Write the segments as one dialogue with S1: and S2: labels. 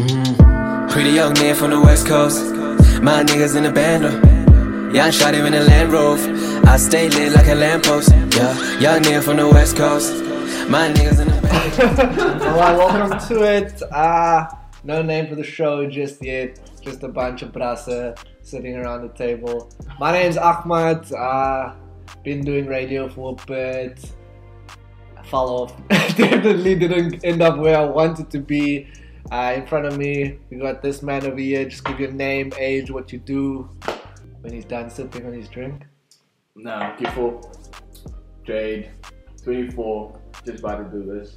S1: Mm. Pretty young man from the west coast. My niggas in the band, Young shot him in the Land Rover. I stay lit like a lamppost. Yeah, young nigga from the west coast. My niggas in the band.
S2: Hello, welcome to it. Ah, no name for the show just yet. Just a bunch of brasa sitting around the table. My name's Ahmad. Ah, been doing radio for a bit. I fell off. Definitely didn't end up where I wanted to be. Uh, in front of me, we got this man over here. Just give your name, age, what you do. When he's done sipping on his drink.
S3: No, people, Jade, 24, just about to do this.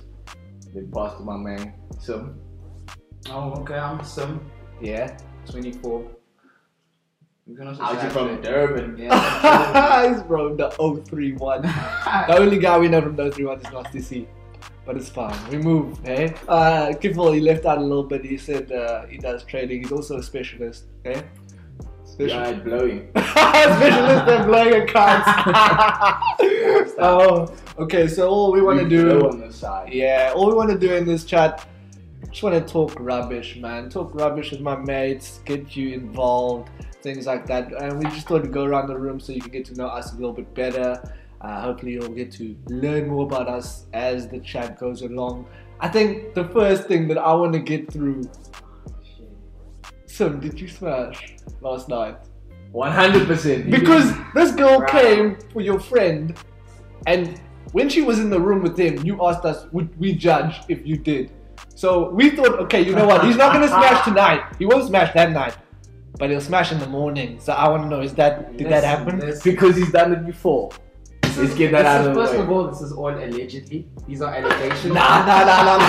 S3: They busted my man, Sim.
S4: Oh, okay, I'm Sim,
S2: Yeah.
S4: 24. You can also
S3: I
S4: say
S3: was from
S4: that.
S3: Durban.
S4: Yeah.
S2: he's from the 031. the only guy we know from the 031 is Nasty C. But it's fine. We move, hey? Uh, Kifol, he left out a little bit. He said uh, he does trading. He's also a specialist, eh? okay?
S3: Yeah,
S2: Specialist.
S3: it's blowing.
S2: specialist at blowing accounts. oh, okay, so all we want to
S3: We
S2: do.
S3: blow on the side.
S2: Yeah, all we want to do in this chat, just want to talk rubbish, man. Talk rubbish with my mates, get you involved, things like that. And we just thought we'd go around the room so you can get to know us a little bit better. Uh, hopefully, you'll get to learn more about us as the chat goes along. I think the first thing that I want to get through. Sim, did you smash last night?
S3: 100%.
S2: Because this girl
S4: Right.
S2: came for your friend, and when she was in the room with him, you asked us, would we judge if you did? So we thought, okay, you know what? He's not gonna smash tonight. He won't smash that night, but he'll smash in the morning. So I want to know, is that did that
S4: Listen,
S2: happen?
S4: listen.
S3: because he's done it before. Let's get that
S4: This
S3: out
S4: is-
S3: of
S4: First
S3: the
S4: of
S3: way.
S4: all, this is all allegedly. These are allegations.
S2: Nah, nah, nah, nah,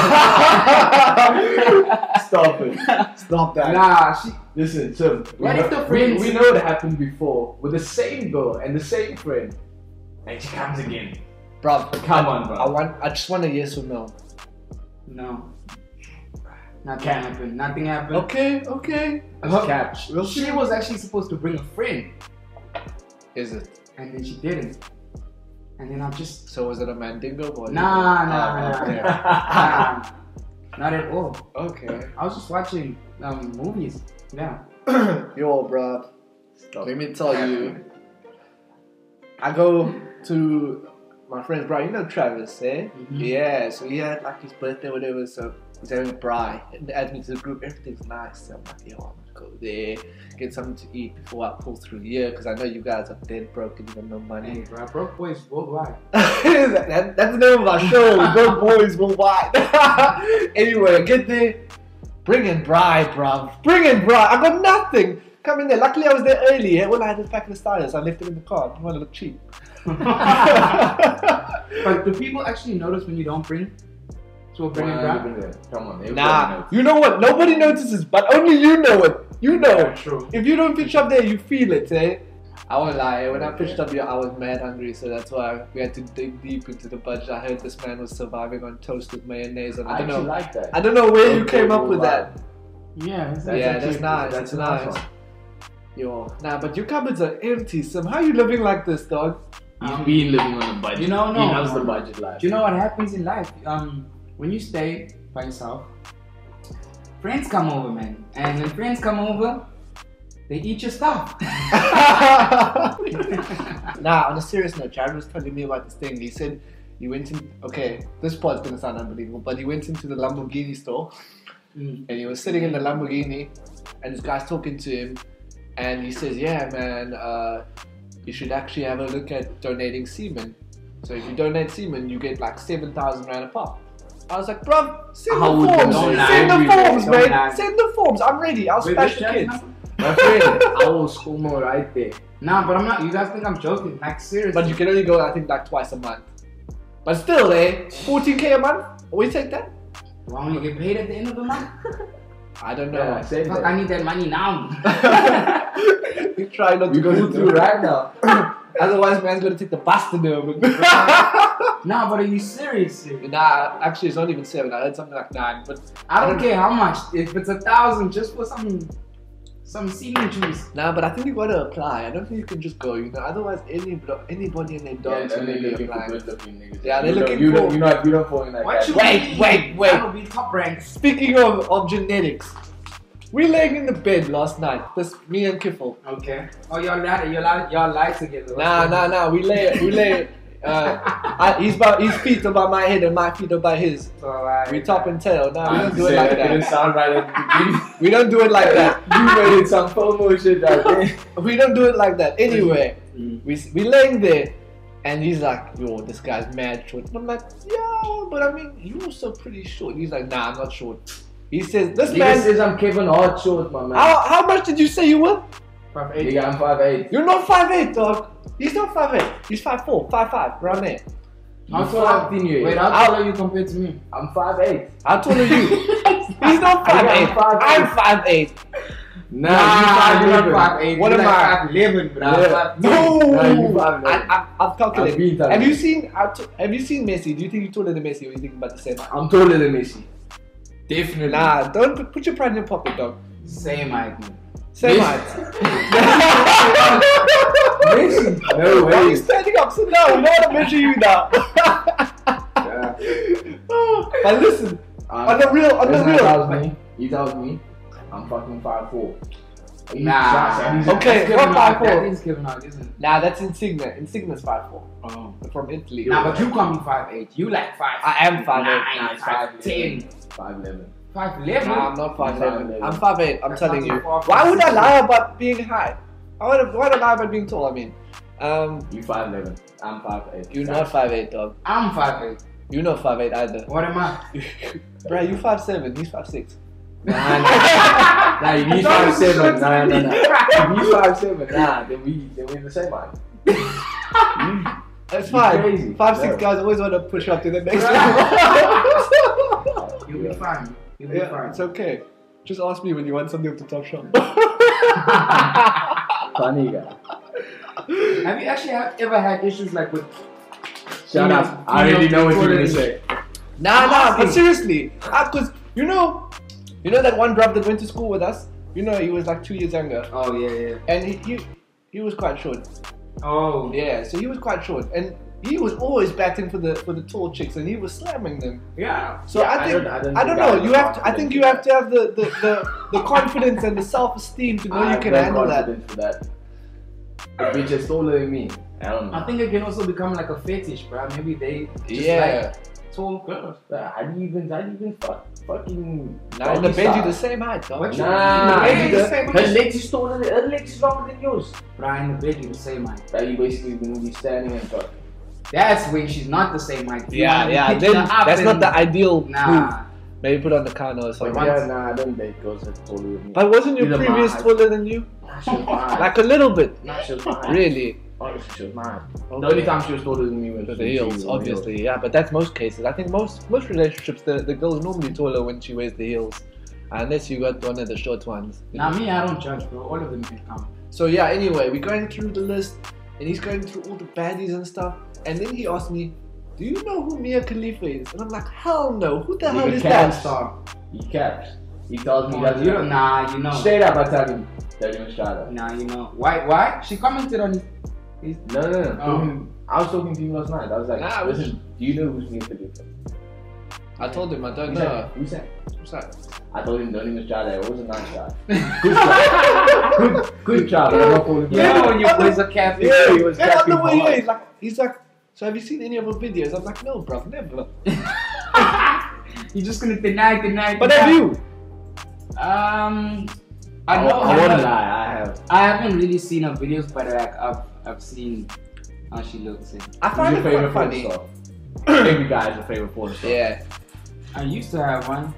S2: nah.
S3: Stop it.
S2: Stop that.
S4: Nah, she.
S3: Listen, Tim. we
S4: What if
S3: know-
S4: the friends-
S3: We, we know it happened before with the same girl and the same friend. And she comes again.
S2: bro.
S3: Come on,
S2: I
S3: bro.
S2: want. I just want a yes or no.
S4: No. Nothing happened. Nothing happened.
S2: Okay, okay.
S3: It's catch.
S2: We'll
S4: She
S2: see.
S4: was actually supposed to bring a friend,
S2: Is it?
S4: and then she didn't. And then I'm just.
S2: So was it a mandingo or?
S4: Nah, nah,
S2: Ah,
S4: nah.
S2: okay.
S4: nah, not at all.
S2: Okay.
S4: I was just watching um, movies. Yeah.
S2: Yo, bruh. Let me tell you. I go to my friend's bri, you know Travis, eh?
S4: Mhm.
S2: Yeah, so he had like his birthday, whatever, so he's having a bri. And they add me to the group, everything's nice. So I'm like, yo, I'm gonna go there, get something to eat before I pull through here, because I know you guys are dead broke and you got no
S4: Hey,
S2: money.
S4: bro, broke boys worldwide.
S2: that, that- that's the name of our show, Go Boys Will Wide. anyway, I get there, bring in bri, bruv. Bring in bri, I got nothing. Come in there. Luckily, I was there early. eh? Well, I had a packet of stylists. I left it in the car. I didn't want to look cheap.
S4: But do people actually notice when you don't bring? So bring it back.
S3: Come on.
S2: nah, you know what? Nobody notices, but only you know it. You know it.
S4: True.
S2: If you don't pitch up there, you feel it, eh? I won't lie. eh? When I pitched up here, I was mad hungry, so that's why we had to dig deep into the budget. I heard this man was surviving on toast with mayonnaise, and I
S3: I
S2: don't
S3: actually
S2: know.
S3: like that.
S2: I don't know where you came up with that.
S4: Yeah. That's
S2: yeah,
S3: actually-
S2: that's nice. That's,
S3: a
S2: nice.
S3: one.
S2: Yo, nah, but your cupboards are empty, Sim. How you living like this, dog?
S4: Um,
S3: He's been living on a budget.
S4: You know, no,
S3: He loves
S4: no,
S3: the
S4: no.
S3: budget life.
S4: Do you know what happens in life? Um, when you stay by yourself, friends come over, man. And when friends come over, they eat your stuff.
S2: Nah, on a serious note, Jared was telling me about this thing. He said he went in. Okay, this part's gonna sound unbelievable, but he went into the Lamborghini store
S4: Mm.
S2: and he was sitting in the Lamborghini, and this guy's talking to him, and he says, "Yeah, man, uh, you should actually have a look at donating semen. So if you donate semen, you get like seven thousand rand a pop." I was like, "Bruv, send
S4: How
S2: the
S4: would you
S2: forms,
S4: don't
S3: lie,
S2: send
S4: really,
S2: the forms,
S4: don't
S2: man,
S4: lie."
S2: send the forms. I'm ready. I'll
S4: Wait,
S2: smash
S4: this
S2: the
S4: chat
S2: kids."
S4: now?
S3: My friend, I will school more right there.
S4: Nah, but I'm not. You guys think I'm joking? Like seriously.
S2: But you can only go, I think, like twice a month. But still, eh? 14k a month? Always take that?
S4: Do I only get paid at the end of the month?
S2: I don't
S3: Yeah,
S2: know.
S3: same
S4: Fuck,
S3: thing.
S4: I need that money now.
S2: you try not
S3: We
S2: to go
S3: go through
S2: through
S3: right now.
S2: Otherwise, man's gonna take the bus to Durban.
S4: nah, but are you serious? dude?
S2: nah, actually, it's not even seven. I heard something like nine. But
S4: I don't care how much. If it's a thousand just for some some singing juice.
S2: Nah, but I think you gotta apply. I don't think you can just go. You know, otherwise any blo- anybody and their
S3: Yeah,
S2: dogs
S3: and
S2: will
S3: they're
S2: be
S3: looking for
S2: applying.
S3: good looking niggas.
S2: Yeah, they're
S3: You don't-
S2: looking
S3: you
S2: for-
S3: don't- You're not, you don't fall in that
S4: What you
S2: Wait,
S3: category.
S2: wait, wait.
S4: That'll be top ranks.
S2: Speaking of, of genetics, we laying in the bed last night. This me and Kiffle.
S4: Okay. Oh, y'all lie, y'all lie, y'all lie together.
S2: Nah, nah, nah. We lay, we lay. Uh, I, he's by, his feet are by my head and my feet are by his.
S4: So, uh,
S2: We top and tail. Nah, we
S3: I
S2: don't do it
S3: said
S2: like
S3: that didn't
S2: that.
S3: sound right at the beginning.
S2: We don't do it like that.
S3: you made it some FOMO shit right there.
S2: We don't do it like that. Anyway,
S4: Mm.
S2: we s- we laying there, and he's like, "Yo, this guy's mad short." And I'm like, "Yeah, but I mean, you're so pretty short." He's like, "Nah, I'm not short." He says, "This
S3: Nigga
S2: man,
S3: says I'm Kevin Hart short, my man.
S2: how, how much did you say you were?"
S4: Five, eight.
S3: Nigga, I'm 5'8".
S2: You're not 5'8, dog. He's not 5'8. He's 5'4, 5'5, around there.
S4: How
S3: You
S4: tall are
S3: fucking you.
S4: Wait, how
S2: How-
S4: tall are you compared to me?
S3: I'm 5'8".
S2: How tall are you? He's not 5'8.
S3: I am 5'8.
S2: I'm 5'8.
S3: Nah,
S4: you're not
S3: you
S4: five eight.
S2: What
S4: you're
S2: am
S4: like
S2: I?
S4: Five eleven, bro.
S3: Yeah.
S4: Five-
S2: No!
S3: No, you 5'8.
S2: I, I, I've
S3: I beat
S2: calculated.
S3: that.
S2: Have you seen how t- Have you seen Messi? Do you think you're taller than Messi or you think about the same height?
S3: I'm taller than Messi.
S4: Definitely.
S2: Nah, don't put, put your pride in your pocket, dog.
S4: Same height. man.
S2: Same
S3: Messi-
S2: height.
S3: Messi? No
S2: Why are you
S3: way.
S2: standing upside down? We don't want to measure you now.
S3: Yeah.
S2: but listen,
S3: I'm-
S2: on the real, on the
S3: Um, Listen, he tells
S2: real.
S3: me, he tells me, I'm fucking 5'4". He
S4: Nah.
S3: shouts at me.
S2: Okay,
S4: That's Kevin
S2: what
S4: Hart.
S2: five
S4: That
S2: four?
S4: is Kevin Hart, isn't it?
S2: Nah, that's Insigne. Insigne's 5'4.
S4: Oh.
S2: From Italy.
S4: Nah, but you call me five eight. You like five.
S2: I am 5'8.
S4: nine,
S3: Nah,
S4: five ten,
S3: 5'11".
S4: five eleven.
S2: Nah, I'm not 5'11. I'm 5'8, I'm
S4: That
S2: telling
S4: sounds
S2: you.
S4: like four
S2: Why would I
S4: foot.
S2: lie about being high? I would why would I lie about being tall? I mean, um,
S3: You 5'11". I'm 5'8".
S2: you're not 5'8, dog.
S4: I'm five eight.
S2: You're not 5'8 either.
S4: What am I?
S2: Bruh, you 5'7, he's 5'6.
S3: Nah, nah. nah, you need
S4: Don't
S3: 5'7".
S4: shoot
S3: Nah, nah,
S4: me.
S3: nah. You 5'7". Nah, then we, then we the same height.
S2: That's
S3: You're crazy.
S2: fine. 5'6
S3: No.
S2: guys always want to push up to the next level.
S4: You'll be fine. You'll be
S2: yeah,
S4: fine.
S2: it's okay. Just ask me when you want something off the top shelf.
S3: Funny guy.
S4: Have you actually have, ever had issues like with?
S3: Shut
S4: Female-
S3: up. I already know what you're gonna say.
S2: Nah,
S4: I'm
S2: nah, but
S4: asking.
S2: seriously, because you know, you know that one bruv that went to school with us. You know, he was like two years younger,
S4: Oh yeah, yeah.
S2: and he he, he was quite short.
S4: Oh.
S2: Yeah, so he was quite short, and he was always batting for the for the tall chicks, and he was slamming them.
S4: Yeah.
S2: So
S3: Yeah,
S2: I
S3: I
S2: think
S3: don't-
S2: I
S3: I
S2: don't,
S3: don't think
S2: know.
S3: I
S2: You
S3: have
S2: have to. I
S3: confidence
S2: think
S3: in
S2: you have
S3: that.
S2: to have the the, the, the confidence and the self esteem to know
S3: I
S2: you can
S3: have
S2: handle
S3: no
S2: that.
S3: confidence for that. The bitch is taller than me. I don't know.
S4: I think it can also become like a fetish, bro. Maybe they just
S2: Yeah.
S4: like tall girls.
S3: But how do you even, how do you even fuck, fucking...
S2: Now in the
S3: doggy
S2: bed, you're
S3: style?
S2: the same height, dog.
S4: What you-
S3: Nah,
S4: Nah,
S3: you
S4: you
S3: the-
S4: said-
S3: her legs is taller than her legs is longer than yours.
S4: Bro, in the bed you the same height.
S3: That you basically gonna be standing and fuck.
S4: That's when she's not the same height. You
S2: Yeah,
S4: wanna
S2: yeah.
S4: pick
S2: Then
S4: her up
S2: that's not
S4: and-
S2: the ideal move.
S4: Nah.
S2: Maybe put on the counter or
S3: But
S2: something.
S3: yeah, nah, I don't date girls that taller than me.
S2: But wasn't your
S3: You're the
S2: previous
S3: man.
S2: taller than you?
S3: Not sure why.
S2: Like a little bit,
S3: Not sure why.
S2: really.
S3: Honestly, she was mad. The only time she was taller than me was
S2: The
S3: when she was
S2: heels,
S3: in
S2: obviously, yeah, but that's most cases. I think most most relationships, the, the girl's normally taller when she wears the heels, unless you got one of the short ones.
S4: Nah, me, I don't judge, bro. All of them can come.
S2: So yeah, anyway, we're going through the list, and he's going through all the baddies and stuff, and then he asked me, "Do you know who Mia Khalifa is?" And I'm like, "Hell no! Who the
S3: Nigga
S2: hell is
S3: can't
S2: that?"
S4: Star.
S3: He caps. He tells me
S4: Oh,
S3: that
S4: you don't. Nah, you know.
S3: Straight up, I tell him. Tell him straight up.
S4: Nah, you know. Why? Why? She commented on his. his
S3: No, no, no.
S4: Oh.
S3: Talking- I was talking to him last night. I was like,
S2: Nah, we-
S3: listen, do you know who's Mia Khalifa?
S2: I told him I don't
S3: He's
S2: know.
S3: like, Who's that?
S2: What's that?
S3: I told him, don't even try that. It was a nice guy. Good try. good, good try, but I'm not calling you
S4: you know
S3: out.
S4: when you
S2: Yeah.
S4: was a captain.
S3: Yeah. he was
S2: and on the
S3: clapping
S2: way,
S3: hard.
S2: he's like, he's like, "So have you seen any of her videos?" I'm like, "No, bruv, never."
S4: You're just gonna deny, deny.
S2: But
S4: deny.
S2: have you? Oh,
S4: Um,
S3: I,
S4: I know.
S3: I
S4: I,
S3: won't
S4: haven't,
S3: lie, I have.
S4: I haven't really seen her videos, but like I've I've seen how she looks. And
S2: I find it
S3: Who's your
S2: quite funny.
S3: favorite porn star? Every guy has a favorite porn star.
S2: Yeah.
S4: I used to have one.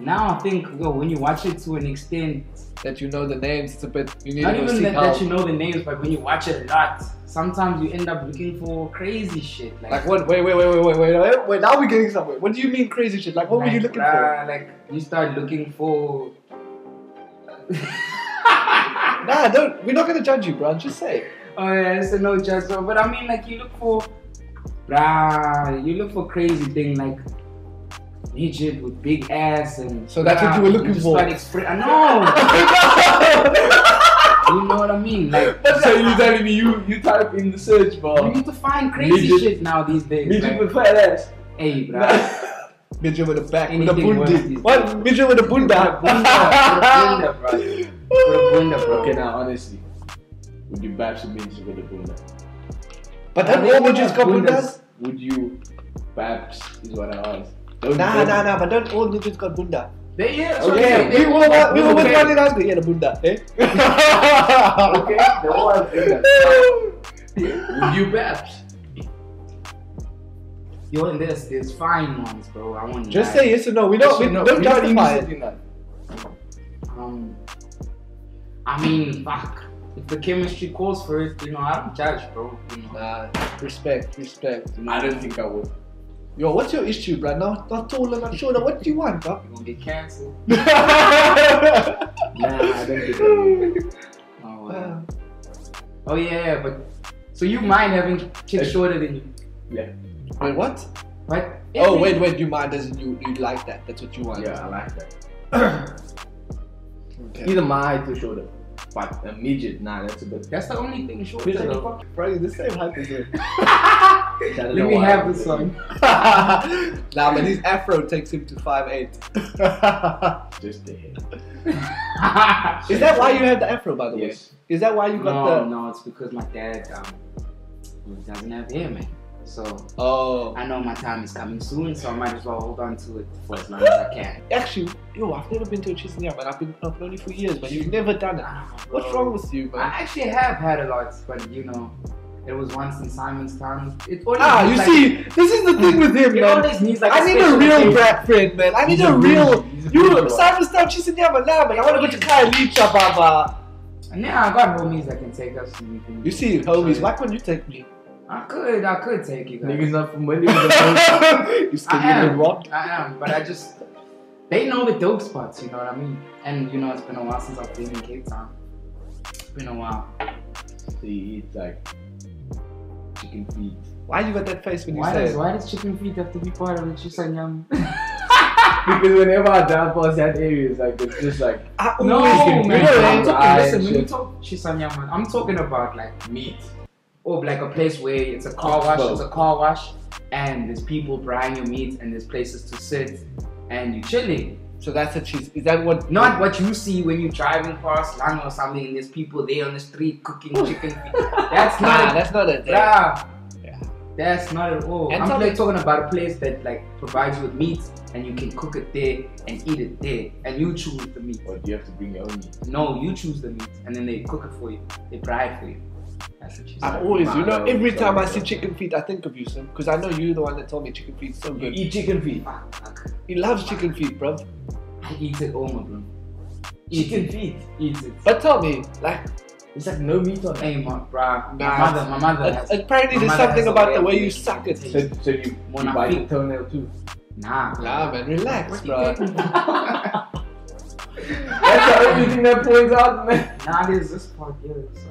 S4: Now I think, yo, when you watch it to an extent,
S2: that you know the names. It's a bit you need
S4: not
S2: to go
S4: even
S2: seek
S4: that,
S2: out.
S4: that you know the names, but when you watch it a lot, sometimes you end up looking for crazy shit. Like,
S2: like what? Wait, wait, wait, wait, wait, wait, wait, wait. Now we're getting somewhere. What do you mean crazy shit? Like what were you looking for?
S4: uh, Like you start looking for.
S2: Nah, don't. We're not gonna judge you, bro. Just say.
S4: Oh yeah, it's a no judge. zone, But I mean, like you look for, bruh, you look for crazy thing like, Egypt with big ass and.
S2: So that's what you were looking
S4: just
S2: for.
S4: Start expre- I know. you know what I mean? Like
S3: so you telling me you you type in the search
S4: you
S3: bar
S4: need to find crazy
S3: Midget-
S4: shit now these days.
S3: midget
S4: like,
S3: with fat ass.
S4: hey, bro.
S2: Midget with a back, with a
S4: Anything works
S2: bundi.
S4: these
S2: What? Midget with a
S4: Bunda,
S2: bunda.
S4: bro. Bunda, bro.
S3: Okay, now honestly, would you bash the midget with a bunda?
S2: But then all midgets got bundas?
S3: Would you babs is what I asked. Don't-
S2: Nah,
S3: don't-
S2: nah, nah, but don't all midgets got bunda.
S4: They, yeah, so
S2: Okay,
S4: they-
S2: we
S4: they-
S2: were, we were with
S4: okay.
S2: one in high school, he had a bunda, eh?
S3: Okay, the whole idea. Would you babs?
S4: Yo, in this, there's fine ones, bro. I want
S2: Just
S4: that.
S2: say yes or no. We don't, we
S3: No,
S2: don't
S3: you're not
S2: justify it.
S3: interested in that.
S4: Um, I mean, fuck. If the chemistry calls for it, you know, I don't judge, bro. You know.
S2: Nah, respect, respect.
S3: I don't think I would.
S2: Yo, what's your issue, bruh? Not, not tall and not short. What do you want, bruh?
S4: You gonna get cancelled?
S2: nah,
S4: Nah, I don't think I would. Oh, wow. oh yeah, but so you mind having chicks shorter than you?
S2: Wait, what?
S4: But
S2: Oh, wait, wait. You mind doesn't you? You like that? That's what you want.
S3: Yeah, I like that.
S2: Okay.
S3: Either my height or shoulder. But a midget, nah, that's a bit.
S4: That's the only thing shorter.
S2: He's like,
S4: Though.
S2: fuck, bro, you're the same height as me.
S3: Let
S4: Let me have this one.
S2: nah, but his afro takes him to 5'8.
S3: Just the head.
S2: Is that why you have the afro, by the way?
S3: Yes.
S2: Is that why you got
S4: no,
S2: the.
S4: no, it's because my dad um doesn't have hair, man. So
S2: Oh.
S4: I know my time is coming soon, so I might as well hold on to it for as long as I can.
S2: Actually, yo, I've never been to a Chisney but I've been I've known you for years, but you've never done it. What's wrong with you,
S4: I
S2: man?
S4: actually have had a lot, but you know, it was once in Simon's time. It always
S2: Ah, you
S4: needs like-
S2: see, this is the thing with him,
S4: it
S2: man.
S4: always needs like
S2: I need a
S4: special
S2: real
S4: occasion.
S2: brat friend, man. I need
S4: He's
S2: a real.
S4: he's a
S2: You,
S4: real one.
S2: Cyber Star Chisney now, man. I want to go to Kailicha, Baba.
S4: And yeah, I got homies that can take us. and we can-
S2: You see, homies,
S4: So,
S2: why couldn't you take me?
S4: I could, I could take you guys.
S3: Niggas not familiar with the
S2: you still
S4: I
S2: need the
S4: am,
S2: rock?
S4: I am, but I just they know the dope spots. You know what I mean? And you know, it's been a while since I've been in Cape Town. It's been a while.
S3: So you eat like chicken feet.
S2: Why you got that face when you
S4: Why
S2: say
S4: does,
S2: it?
S4: why does chicken feet have to be part of it? She's like, um,
S3: Because whenever I drive past that area, it's like it's just like
S2: I
S4: no,
S2: always get
S4: man.
S2: good,
S4: I'm
S2: eh?
S4: talking, listen,
S3: I-
S4: when you talk Chisanyama, I'm talking about like meat. Or like a place where it's a car
S3: Oh,
S4: wash,
S3: bro.
S4: it's a car wash, and there's people frying your meat, and there's places to sit, and you're chilling.
S2: So that's a cheese. Is that what?
S4: Not what you see when you're driving past Lang or something, and there's people there on the street cooking chicken feet. That's
S2: Nah,
S4: not
S2: that's not it. eh?
S4: Yeah.
S2: Yeah.
S4: That's not at all.
S2: And
S4: I'm
S2: some-
S4: like talking about a place that like provides you with meat and you can cook it there and eat it there and you choose the meat.
S3: or do you have to bring your own meat?
S4: No, you choose the meat and then they cook it for you. They fry it for you. That's what she
S2: I
S4: said.
S2: always, you know,
S3: Nah,
S2: every
S3: no,
S2: time I
S3: sorry,
S2: see
S3: bro.
S2: chicken feet, I think of you, Sim, because I know you're the one that told me chicken feet's so
S3: You
S2: good.
S3: eat chicken feet.
S4: Fuck, fuck.
S2: He loves chicken feet, bro.
S4: I eat it all, my bro. Eat
S3: Chicken
S4: it,
S3: feet.
S4: eat it.
S2: But tell me, like,
S3: It's like no meat on it.
S4: Hey, my bro.
S2: Nah.
S4: My mother, my mother has.
S2: apparently
S4: my
S2: there's
S4: mother
S2: something
S4: has a
S2: about
S4: way
S2: the
S4: of
S2: way you
S4: making
S2: suck
S4: it
S2: it.
S4: taste-
S3: So, so you,
S4: When
S3: you
S4: I
S3: bite
S4: feel-
S3: the toenail too.
S4: Nah. bro.
S2: Nah, man, relax,
S4: What you
S2: bro.
S4: taking?
S3: That's the only thing that points out, man.
S4: Nah, there's this part here. son.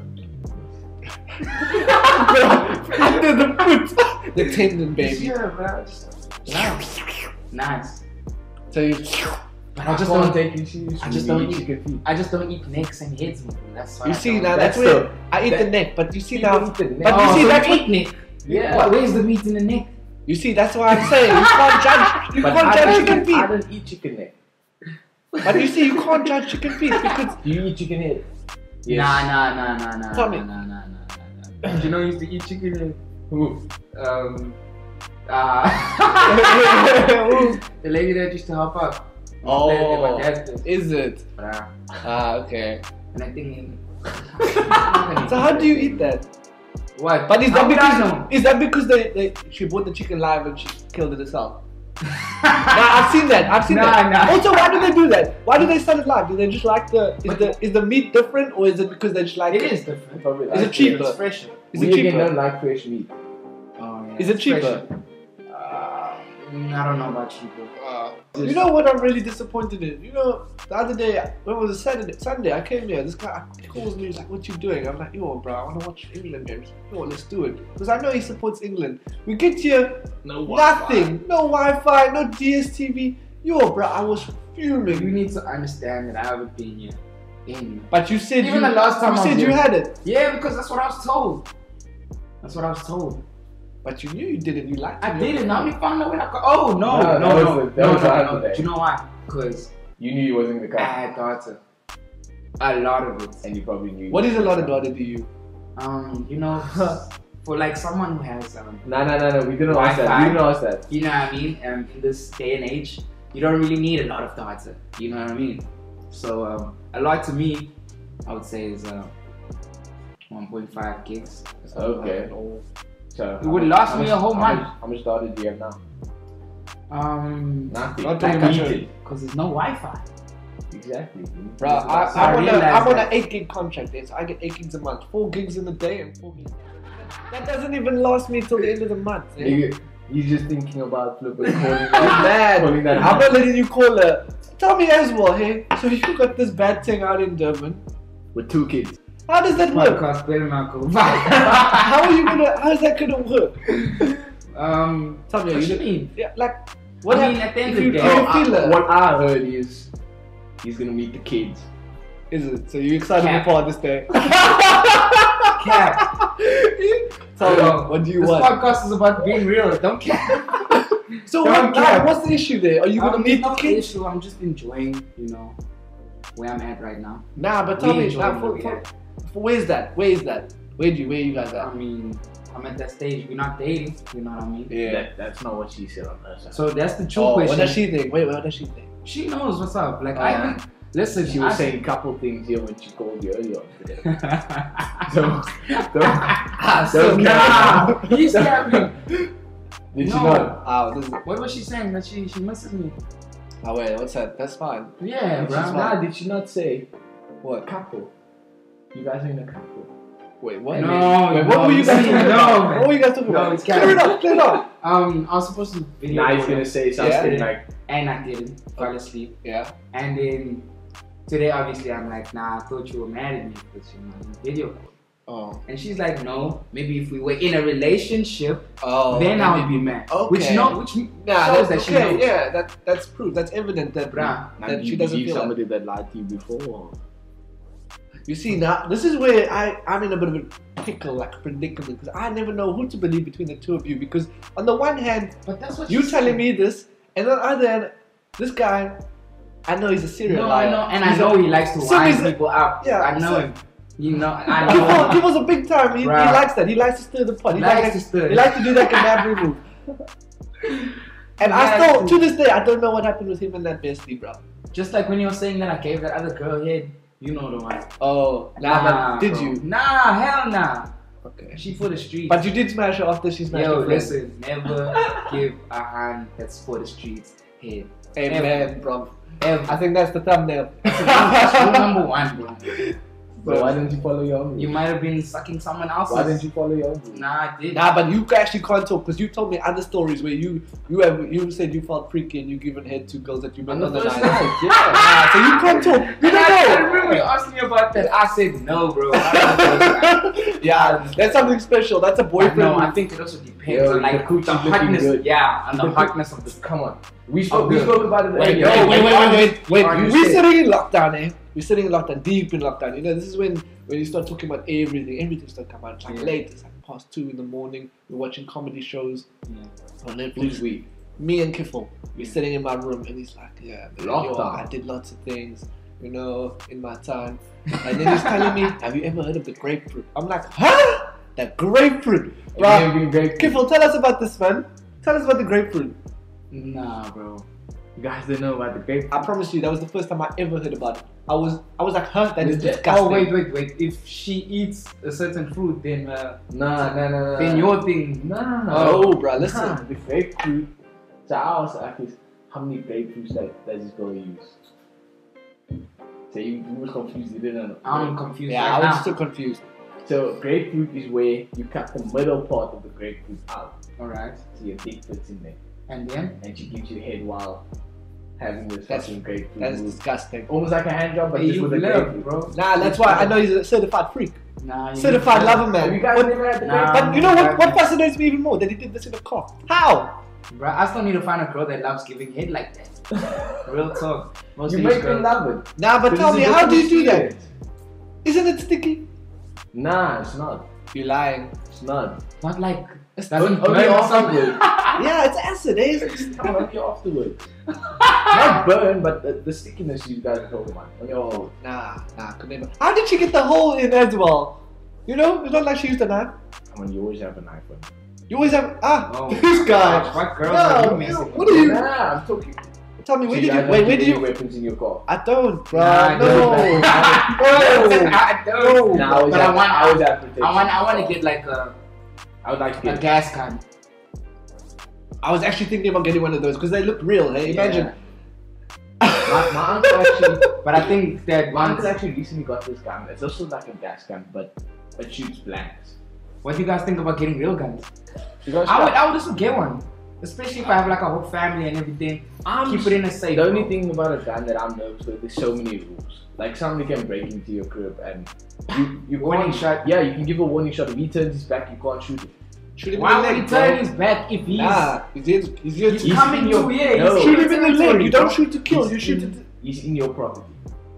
S2: Under the foot, the tendon, baby.
S4: Yeah, bro. Nah. Nice.
S2: So you,
S4: But
S3: I just don't take you seriously.
S4: I just
S3: when you eat
S4: don't eat-
S3: chicken feet.
S4: I just don't eat necks and heads, man. That's why.
S2: you
S4: I
S2: see
S4: don't-
S2: now, that's
S3: That's
S2: where
S3: the-
S2: I eat the
S3: that-
S2: neck. But you see
S3: People
S2: now,
S3: eat the neck.
S2: but you
S4: Oh,
S2: see
S4: so
S2: that's
S4: you
S2: what,
S4: eat neck.
S3: Yeah.
S4: What, where's the meat in the neck?
S2: you see that's why I'm saying you can't judge. You
S3: But
S2: can't
S3: I
S2: judge
S3: don't-
S2: chicken feet.
S3: I don't eat chicken neck.
S2: But you see, you can't judge chicken feet because
S3: Do you eat chicken head?
S4: Nah, nah, nah, nah, nah,
S2: Tell
S4: nah,
S2: me.
S4: nah, nah, nah, nah. you know, I used to eat chicken and
S3: Who?
S4: um, uh,
S2: Who?
S4: the lady that used to help out.
S2: Oh.
S4: my dad's place.
S2: is it?
S4: But, uh,
S2: Ah, okay.
S4: and I think.
S2: So how do you eat that?
S4: What?
S2: But is that
S4: How would I
S2: because is that because they, they she bought the chicken live and she killed it herself? Nah, I've seen that. I've seen
S4: Nah,
S2: that.
S4: nah.
S2: Also, why do they do that? Why do they sell it live? Do they just like the is the is the meat different or is it because they just like
S4: It is different.
S3: Probably
S2: Is it
S3: like
S2: cheaper?
S4: It's fresher.
S2: Is
S3: we
S2: it
S3: again
S2: cheaper?
S3: don't like fresh meat.
S4: Oh, yeah.
S2: Is it
S4: it's
S2: cheaper?
S4: fresher.
S3: Uh,
S4: Mm, I don't know about you, bro.
S5: Uh,
S2: You know what I'm really disappointed in? You know, the other day, when was it Saturday? Sunday, I came here. This guy calls me, he's like, What you doing? I'm like, Yo, bro, I want to watch England games. Yo, let's do it. Because I know he supports England. We get here,
S5: no
S2: nothing. No Wi Fi, no DSTV. Yo, bro, I was
S4: You
S2: fuming.
S4: need to understand that I haven't been here. In.
S2: But you said,
S4: Even
S2: you,
S4: the last time
S2: you
S4: I
S2: said
S4: was
S2: you
S4: here.
S2: had it.
S4: Yeah, because that's what I was told. That's what I was told.
S2: But you knew you did it. You liked it.
S4: I did it. Now we found out when I got. Oh no,
S3: No,
S4: no,
S3: that
S4: no, no,
S3: was- that
S4: no,
S3: was
S4: no,
S3: hard
S4: no.
S3: today.
S4: Do you know why? Because
S3: You knew you wasn't the
S4: I
S3: guy,
S4: had daughter. A lot of it.
S3: and you probably knew.
S2: What is a lot of daughter to you?
S4: Um, you know, for like someone who has um,
S3: No, no, no, no. We didn't ask that.
S4: Wi-Fi.
S3: We didn't ask that.
S4: you know what I mean. Um, in this day and age, you don't really need a lot of daughter. You know what I mean. So um, a lot to me, I would say is uh, 1.5 gigs.
S3: Okay. So,
S4: It would last me a whole
S3: how
S4: month.
S3: Much, how much data do you have now?
S4: Um,
S3: Nothing.
S2: Not
S4: that
S2: much.
S3: Deleted.
S4: because there's no Wi-Fi.
S3: Exactly.
S2: Bro, I,
S4: So I
S2: I'm, on a,
S4: realized
S2: I'm on an
S4: that.
S2: 8 gig contract. It's, I get 8 gigs a month. 4 gigs in the day and 4 gigs. That doesn't even last me till the end of the month. eh?
S3: You, you just thinking about flipping calling
S2: I'm
S3: that.
S2: mad.
S3: calling that
S2: I'm not letting you call her. Tell me as well, hey, so you got this bad thing out in Durban.
S3: with two kids.
S2: How does that work?
S4: Podcast Better Marco.
S2: How are you gonna, how is that gonna work?
S4: um,
S2: Tell me,
S4: what
S2: you
S4: you mean?
S2: Yeah, like, what
S4: I mean,
S2: hap-
S4: at the end
S2: if
S4: of
S2: you
S4: the day-
S2: do you
S4: Oh,
S2: feel it?
S3: What I heard is he's gonna meet the kids.
S2: Is it? So you excited
S4: Cap.
S2: for Father's Day?
S4: Cap.
S2: Tell
S4: Yo,
S2: me, what do you
S4: This
S2: want?
S4: podcast is about being real. Don't care.
S2: so what,
S4: don't care.
S2: what's the issue there? Are you gonna
S4: Um,
S2: meet the
S4: not
S2: kids?
S4: Issue. I'm just enjoying, you know, where I'm at right now.
S2: Nah, but tell
S4: We
S2: me,
S4: enjoy
S2: nah,
S4: what
S2: for,
S4: we
S2: for,
S4: have.
S2: for- where's that? Where's that? Where do you, where you guys
S4: I
S2: at?
S4: mean, I'm at that stage. We're not dating. You know what I mean?
S2: Yeah.
S3: that's not what she said on her side.
S4: So that's the true
S2: Oh, what
S4: question.
S2: does she think? Wait, what does she think?
S4: She knows what's up. Like
S3: Oh,
S4: I even listen.
S3: She was
S4: I-
S3: saying a couple things here when she called you earlier on today. So, don't,
S2: Ah,
S3: so
S2: so
S3: now-
S4: nah, he's me.
S3: did
S4: No.
S3: you know?
S2: Ah, this is,
S4: What was she saying? That she she misses me.
S2: ah, wait, what's that? That's fine.
S4: Yeah,
S3: Did she-
S4: bro.
S3: nah, did she not say a
S2: What?
S3: couple? You guys ain't a couple.
S2: Wait, what?
S4: No,
S2: Wait,
S4: no,
S2: what were you guys
S4: see,
S2: talking about?
S4: no,
S2: What were you guys talking
S4: no,
S2: about?
S4: it's Cap.
S2: Clear it up, clear it up.
S4: Um, I was supposed to video
S3: Now he's
S4: call her,
S3: gonna say something
S4: Yeah.
S3: like,
S4: and I didn't. Fell asleep.
S2: Yeah.
S4: And then today, obviously, I'm like, nah, I thought you were mad at me because you know you video. call.
S2: Oh.
S4: And she's like, no, maybe if we were in a relationship,
S2: Oh.
S4: then I would
S2: maybe.
S4: be mad.
S2: Okay.
S4: Which no, which
S2: Nah,
S4: shows
S2: that's
S4: that
S2: okay.
S4: she knows.
S2: Yeah, that that's proof. That's evident that
S4: Bruh.
S3: now,
S2: that
S3: did
S2: she
S3: you
S2: doesn't
S3: believe
S2: feel like-
S3: somebody that lied to you before? or-
S2: You see, now this is where I, I'm in a bit of a pickle, like a predicament, because I never know who to believe between the two of you. Because on the one hand,
S4: But that's what
S2: you
S4: she
S2: telling
S4: said.
S2: me this, and on the other hand, this guy, I know he's a serial
S4: No,
S2: liar.
S4: I know, and I
S2: He's
S4: know
S2: a,
S4: he likes to
S2: So
S4: wind
S2: is it-
S4: people up.
S2: Yeah,
S4: I know
S2: so-
S4: him. You know, I
S2: He was, he
S4: know. him.
S2: was a big time. He, he
S4: Bruh.
S2: likes that. He likes to stir the pot. He
S4: Likes
S2: likes,
S4: to stir.
S2: He likes to do that Gnabry move. And I
S4: Likes
S2: still,
S4: to-
S2: to this day, I don't know what happened with him and that bestie, bro.
S4: Just like when you were saying that I gave that other girl head. You know the one.
S2: Oh, nah, but did
S4: bro.
S2: you?
S4: Nah, hell nah.
S2: Okay.
S4: She for the streets.
S2: But you did smash her after she smashed
S4: Yo,
S2: her friend.
S4: listen, never give a hand that's for the streets head.
S2: Amen, bro. I
S4: Ever.
S2: think that's the thumbnail.
S4: That's rule number one, bro.
S3: But why didn't you follow your own?
S4: You
S3: rules?
S4: might have been sucking someone else's.
S3: Why didn't you follow your own? rules?
S4: Nah, I did.
S2: Nah, but you actually can't talk because you told me other stories where you you have you said you felt freaky and you given head to girls that you met
S3: On
S2: on
S3: the
S2: the
S3: first
S2: night.
S3: night,
S2: yeah. so you can't talk. You
S4: Ah, And I, I
S2: don't know.
S4: remember you asked me about that. I said no, bro.
S2: yeah, that's something special. That's a boyfriend.
S4: no, I think it also depends
S3: Yo,
S4: on
S3: the
S4: like
S3: coochie
S4: the
S3: looking
S4: hotness.
S3: good.
S4: Yeah, on the hotness of the.
S3: Come on. We spoke,
S4: Oh,
S3: we
S4: good.
S3: spoke about it
S2: wait, wait,
S3: earlier.
S2: wait, wait, wait, wait, wait.
S4: Are you
S2: We're
S4: serious?
S2: sitting in lockdown, eh? We're sitting in lockdown, deep in lockdown. You know, this is when when you start talking about everything. Everything starts coming out. It's like
S4: Yeah.
S2: late. It's like past two in the morning. We're watching comedy shows
S4: Yeah.
S2: on Netflix.
S3: Who's we?
S2: me and Kifo, we're
S4: Yeah.
S2: sitting in my room, and he's like, "Yeah, man,
S3: Lockdown.
S2: yo, I did lots of things, you know, in my time." And then he's telling me, "Have you ever heard of the grapefruit?" I'm like, "Huh? The grapefruit,
S3: Right.
S2: right?" Kifo, tell us about this, man. Tell us about the grapefruit.
S4: Nah, bro.
S3: You guys didn't know about the grape.
S2: I promise you, that was the first time I ever heard about it. I was, I was like, "Huh? That is
S3: Legit.
S2: disgusting."
S4: Oh wait, wait, wait. If she eats a certain fruit, then uh,
S3: Nah, nah, nah, Oh. nah.
S2: Uh,
S4: then your thing.
S3: Nah.
S2: No, bro, listen.
S3: Nah, the grapefruit. So I was asking, how many grapefruits that, does this girl use? So you, you were confused, you didn't know.
S4: I'm confused.
S2: Yeah, I
S4: right
S2: was
S4: now.
S2: still confused.
S3: So grapefruit is where you cut the middle part of the grapefruit out.
S4: All right.
S3: So your dick fits in there.
S4: And then
S3: and she gives you head while having this
S2: That's-
S3: fucking grapefruit.
S2: That's
S3: move.
S2: disgusting.
S3: Almost like a hand job, but
S4: Hey,
S3: just
S4: you
S3: with a
S4: love,
S3: grapefruit.
S4: bro.
S2: Nah, that's why I know he's a certified freak,
S4: Nah, you
S2: certified
S4: need to-
S2: lover
S3: Have
S2: man.
S3: you guys
S2: What-
S3: never had the
S4: Nah.
S3: grapefruit?
S2: but you know what?
S4: Um,
S2: What fascinates me even more that he did this in a car. How?
S4: Bro, I still need to find a girl that loves giving head like that. Real talk. Most
S3: You
S4: of these
S3: make me
S4: girls-
S3: love it.
S2: Nah, but
S3: This
S2: tell
S3: is
S2: me,
S3: a
S2: how do you do
S3: different
S2: that? Isn't it sticky?
S3: experience. Nah, it's not.
S2: You're lying.
S3: It's not.
S4: Not like that's
S3: Only
S4: burn
S3: only
S4: or
S3: afterwards.
S2: yeah, it's acid. Eh? It's-
S3: Come on, only afterwards. Not burn, but the, the stickiness you guys are talking about. oh, Only afterwards.
S2: Nah, nah, could never. How did she get the hole in as well? You know, it's not like she used a knife.
S3: Come on, you always have a knife on.
S2: You always have ah
S4: Oh,
S2: this guy.
S4: gosh, what girls
S2: Nah,
S4: are you
S2: man,
S4: messing
S2: What are
S3: you?
S2: you?
S3: Nah, I'm talking.
S2: Tell me, where
S3: You
S2: did
S3: guys
S2: you
S3: don't
S2: wait? Where
S3: keep
S2: did
S3: any
S2: you?
S3: Weapons in your car.
S2: I don't, bro.
S4: Nah, I
S2: no.
S4: don't.
S2: no.
S4: I don't.
S2: No.
S3: Now I was
S4: But I
S3: at,
S4: want-
S3: I was at protection.
S4: I want I want to get like a,
S3: I would like to
S4: a
S3: get.
S4: gas gun.
S2: I was actually thinking about getting one of those because they look real. Hey, imagine.
S3: My, my uncle actually,
S4: But I think that
S3: my
S4: once
S3: uncle actually recently got this gun. It's also like a gas gun, but it shoots blanks.
S4: what do you guys think about getting real guns?
S3: Because
S4: I would I would also get one. Especially if I have like a whole family and everything.
S3: I'm
S4: Keep it in a safe.
S3: The only
S4: bro.
S3: thing about a gun that I'm nervous with is so many rules. Like somebody can break into your crib and you you
S4: Warning
S3: can't-
S4: shot.
S3: Yeah, you can give a warning shot. If he turns his back, you can't shoot him.
S2: Shoot him
S4: Why
S2: in the leg.
S4: would he turn
S2: bro.
S4: his back if he's
S2: Nah, he's here. to- He's here. to-
S4: he's coming
S3: your-
S4: to yeah,
S3: No.
S4: he's
S2: Shoot him in the
S4: territory,
S2: leg. You
S4: bro.
S2: don't shoot to kill.
S3: He's
S2: You shoot.
S3: in-
S2: To,
S3: He's in your property.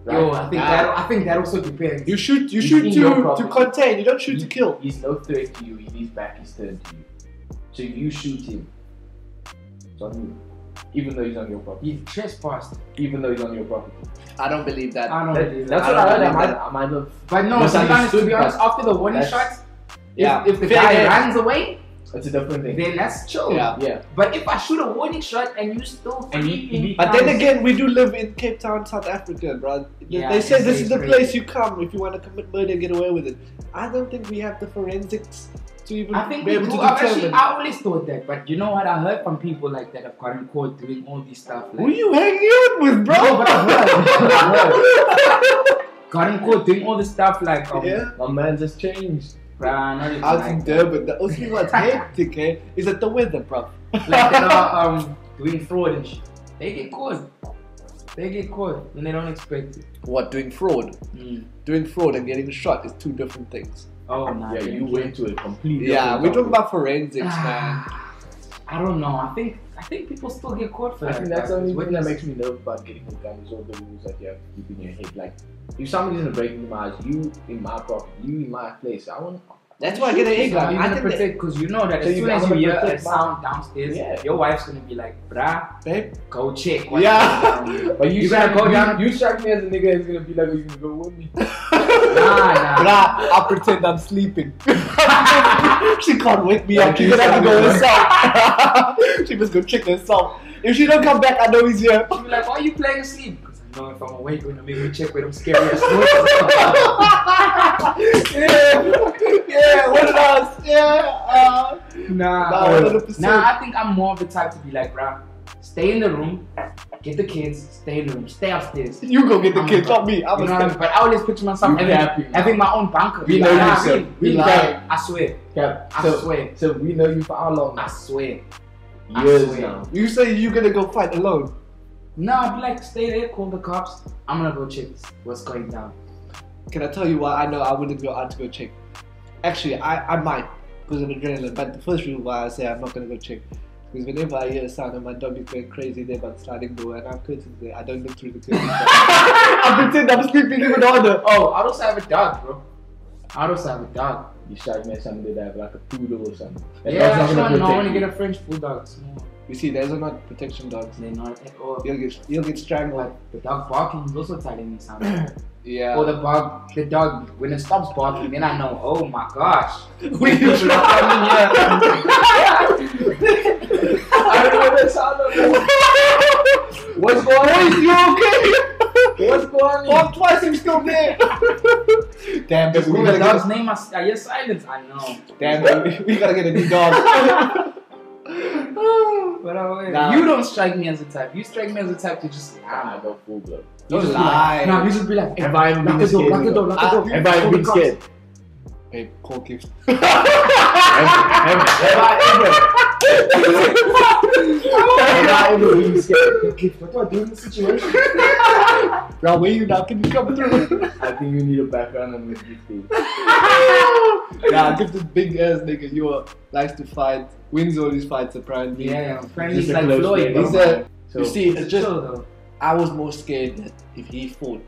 S3: Right?
S4: Yo, I think
S2: Nah.
S4: that I think that also depends.
S2: you shoot. You
S3: He's
S2: shoot
S3: in
S2: to
S3: your
S2: to
S3: property.
S2: contain. You don't shoot
S3: He-
S2: to kill.
S3: He's no threat to you if his back is turned to you. So if you shoot him, it's on you. Even though he's on your property.
S4: He trespassed.
S3: Even though he's on your property.
S2: I don't believe that.
S4: I don't
S3: That-
S4: believe
S3: that's
S4: that.
S3: what
S2: I
S3: I
S2: don't
S3: heard. I
S2: believe
S3: might, I might have.
S4: But no, to be honest, to
S3: Misunderstood,
S4: be honest, after the warning
S3: that's-
S4: shots,
S2: Yeah.
S4: if, if the
S2: Fair
S4: guy
S2: game.
S4: runs away,
S3: It's a different thing.
S4: then that's chill.
S2: Yeah.
S3: Yeah.
S4: But if I shoot a warning shot and you still
S3: And he-
S4: freaking
S3: he-
S2: But then
S4: comes-
S2: again, we do live in Cape Town, South Africa, bro. They-
S4: Yeah,
S2: they say
S4: it's-
S2: this is
S4: it's
S2: the
S4: crazy.
S2: place you come if you want to commit murder and get away with it. I don't think we have the forensics to even
S4: I think
S2: be
S4: we
S2: able
S4: do.
S2: to
S4: I've actually,
S2: determine.
S4: I always thought that, but you know what? I heard from people like that have gotten caught doing all this stuff. Like,
S2: Who you hanging out with, bro?
S4: No, but I heard, gotten caught doing all this stuff like, um,
S2: yeah.
S3: My man's has changed.
S4: bruh, not even
S2: Out in
S4: like,
S2: Durban, the only thing that's hectic eh, is at the weather, bro.
S4: like that are um, doing fraud and shit. They get caught. They get caught when they don't expect it.
S2: What doing fraud?
S4: Mm.
S2: Doing fraud and getting shot is two different things.
S4: Oh, nah,
S3: yeah,
S4: they
S3: you
S4: get-
S3: went to a completely.
S2: Yeah,
S3: different
S2: we're talking
S3: topic.
S2: about forensics,
S4: Ah.
S2: man.
S4: I don't know. I think I think people still get caught for
S3: I
S4: that.
S3: think that's the
S4: like,
S3: only
S4: it's
S3: thing that
S4: witness-
S3: makes me nervous about getting a gun is all the rules that you have to keep in your head. Like, if somebody's gonna break into my house, you in my property, you in my place, I want.
S2: That's why I get an egg
S4: So are
S2: gun.
S4: you
S2: I
S4: gonna
S2: think that-
S4: protect because you know that
S3: So
S4: as
S3: you
S4: soon as you
S3: gotta
S4: hear a
S3: protect my-
S4: sound downstairs,
S3: Yeah.
S4: your wife's gonna be like, "Bruh,
S2: babe.
S4: go check."
S2: Yeah.
S3: But you,
S4: You
S3: strike-
S4: gotta go
S3: you-
S4: down-
S3: You strike me as a nigga that's gonna be like, "Are you gonna go with me?"
S4: nah, nah.
S2: Nah, I pretend I'm sleeping. she can't wake me up. She's gonna have to go herself. she must go check herself. If she don't come back, I know he's here.
S4: She'll be like, "Why are you playing asleep?" Because I know if I'm awake, when I make me check, but I'm scary as fuck.
S2: Yeah, yeah, what did us? Yeah, uh,
S4: Nah,
S2: Nah,
S4: bro.
S2: 100%.
S4: nah. I think I'm more of the type to be like, "Bruh, stay in the room, get the kids, stay in the room, stay upstairs."
S2: you go get the
S4: I'm
S2: kids,
S4: gonna-
S2: not me. I'm
S4: You
S2: a
S4: know what I mean?
S2: step.
S4: But I always picture myself
S3: You
S4: having,
S3: capping.
S4: having my own bunker.
S3: We
S4: You
S3: know
S4: what I
S3: yourself.
S4: mean?
S3: We
S4: We
S3: capping.
S4: I swear.
S3: Cap,
S4: I
S3: so,
S4: swear.
S3: so we know you for how long?
S4: I swear. I
S3: Years
S4: swear.
S3: now.
S2: You say you're gonna go fight alone.
S4: No, I'd be like, stay there, call the cops. I'm gonna go check what's going down.
S2: Can I tell you why I know I wouldn't go out to go check? Actually, I, I might because of adrenaline, but the first reason why I say I'm not gonna go check because whenever I hear a sound and my dog is going crazy there about sliding door and I'm curtains there, I don't look through the curtains. I pretend I'm sleeping even harder.
S4: Oh, I'd also have a dog, bro. I'd also have a dog.
S3: You strike me as somebody that have like a poodle or something. That
S4: yeah,
S3: dog's
S4: actually,
S3: not
S4: no,
S3: gonna
S4: I want to
S3: protect
S4: get
S3: you.
S4: a French bulldog. Small.
S2: You see, those are not protection dogs.
S4: They're not at all.
S2: You'll get you'll get strangled.
S4: Like, the dog barking is also telling me something.
S2: Yeah.
S4: or the dog, the dog, when it stops barking, then I know, oh my gosh. Oh,
S2: We
S4: People are coming here.
S3: I don't know what that sound of-
S2: What's going on? You okay?
S3: What's going on?
S2: Oh, twice I'm still there. Damn, baby, we
S4: When the
S2: gotta get
S4: dog's name, I, s- I hear silence. I know.
S2: Damn, baby, we gotta get a new dog.
S4: But I will.
S2: Nah.
S4: You don't strike me as a type. You strike me as a type to just
S3: Ah, I go full blow.
S4: You just be
S2: lie.
S4: Like, nah, you just be like,
S3: Have I
S4: "Hey, lock the
S3: been
S4: door, lock the
S3: scared?
S4: door, lock the
S2: Ah,
S4: door.
S3: Have I
S4: Call the
S3: been
S4: cops."
S3: scared?
S2: Babe, call gift.
S3: Have- have- have I ever? I'm not even really scared. Okay, what do I do in this situation?
S2: Bro, where you now? Can you come through?
S3: I think you need a background on this thing.
S2: nah, give this big ass nigga you are likes to fight, wins all these fights apparently.
S4: yeah, apparently
S3: Just
S4: he's
S3: a
S4: like
S3: close
S4: Floyd.
S3: friend.
S4: bro.
S2: He's a,
S3: So,
S2: you see, it's just
S4: Chill, though.
S2: I was more scared that if he fought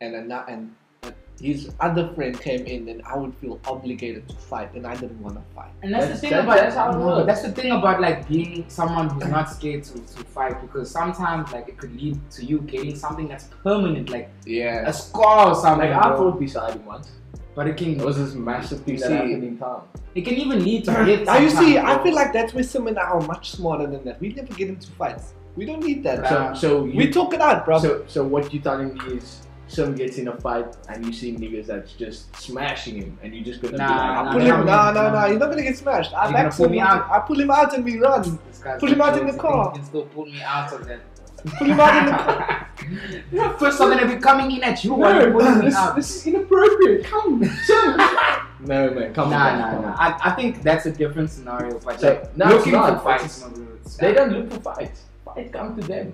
S2: and and, that- and that his other friend came in, then I would feel obligated to fight, and I didn't want to fight.
S4: And that's,
S3: That's-
S4: the thing
S3: that-
S4: about
S3: that's how it works.
S4: That's the thing about like being someone who's not scared to, to fight because sometimes like it could lead to you getting something that's permanent, like a
S2: Yeah.
S4: scar or something.
S3: like, I
S4: bro.
S3: fought beside him once.
S4: but it
S3: It
S4: can
S3: was this massive thing
S2: You
S3: that
S2: see-
S3: happened in town.
S4: it can even lead to death.
S2: Now you see,
S4: sometimes,
S2: I
S4: bro.
S2: feel like that's where some and I are much smarter than that. We never get into fights. We don't need that.
S4: Right.
S3: So, so you
S2: We talk it out, bro.
S3: So, so what you're telling me is some gets in a fight and you see niggas that's just smashing him and you're just gonna
S4: Nah,
S3: be
S4: nah,
S3: like,
S2: pull
S3: I'm
S2: him.
S3: gonna-
S2: Nah, nah, nah. You're not gonna get smashed. I
S4: You're
S2: back
S4: gonna pull
S2: him.
S4: me out.
S2: I pull him out and we run.
S4: This guy's
S2: Put him
S4: got
S2: out in
S4: jokes,
S2: the
S4: I think
S2: car.
S4: He can still pull me out of that.
S2: Pull him out in the car.
S4: First, I'm gonna be coming in at you while you're
S3: No,
S4: pulling me
S3: this,
S4: out.
S3: this is inappropriate. Come, chill. no, man,
S4: Nah,
S3: come on.
S4: nah,
S3: come on.
S4: nah. I, I think that's a different scenario. But
S3: So-
S4: like,
S3: no, it's
S4: looking
S3: not.
S4: for fights,
S3: It's-
S4: no, bro, it's-
S3: They don't look for fights. Fight come to them.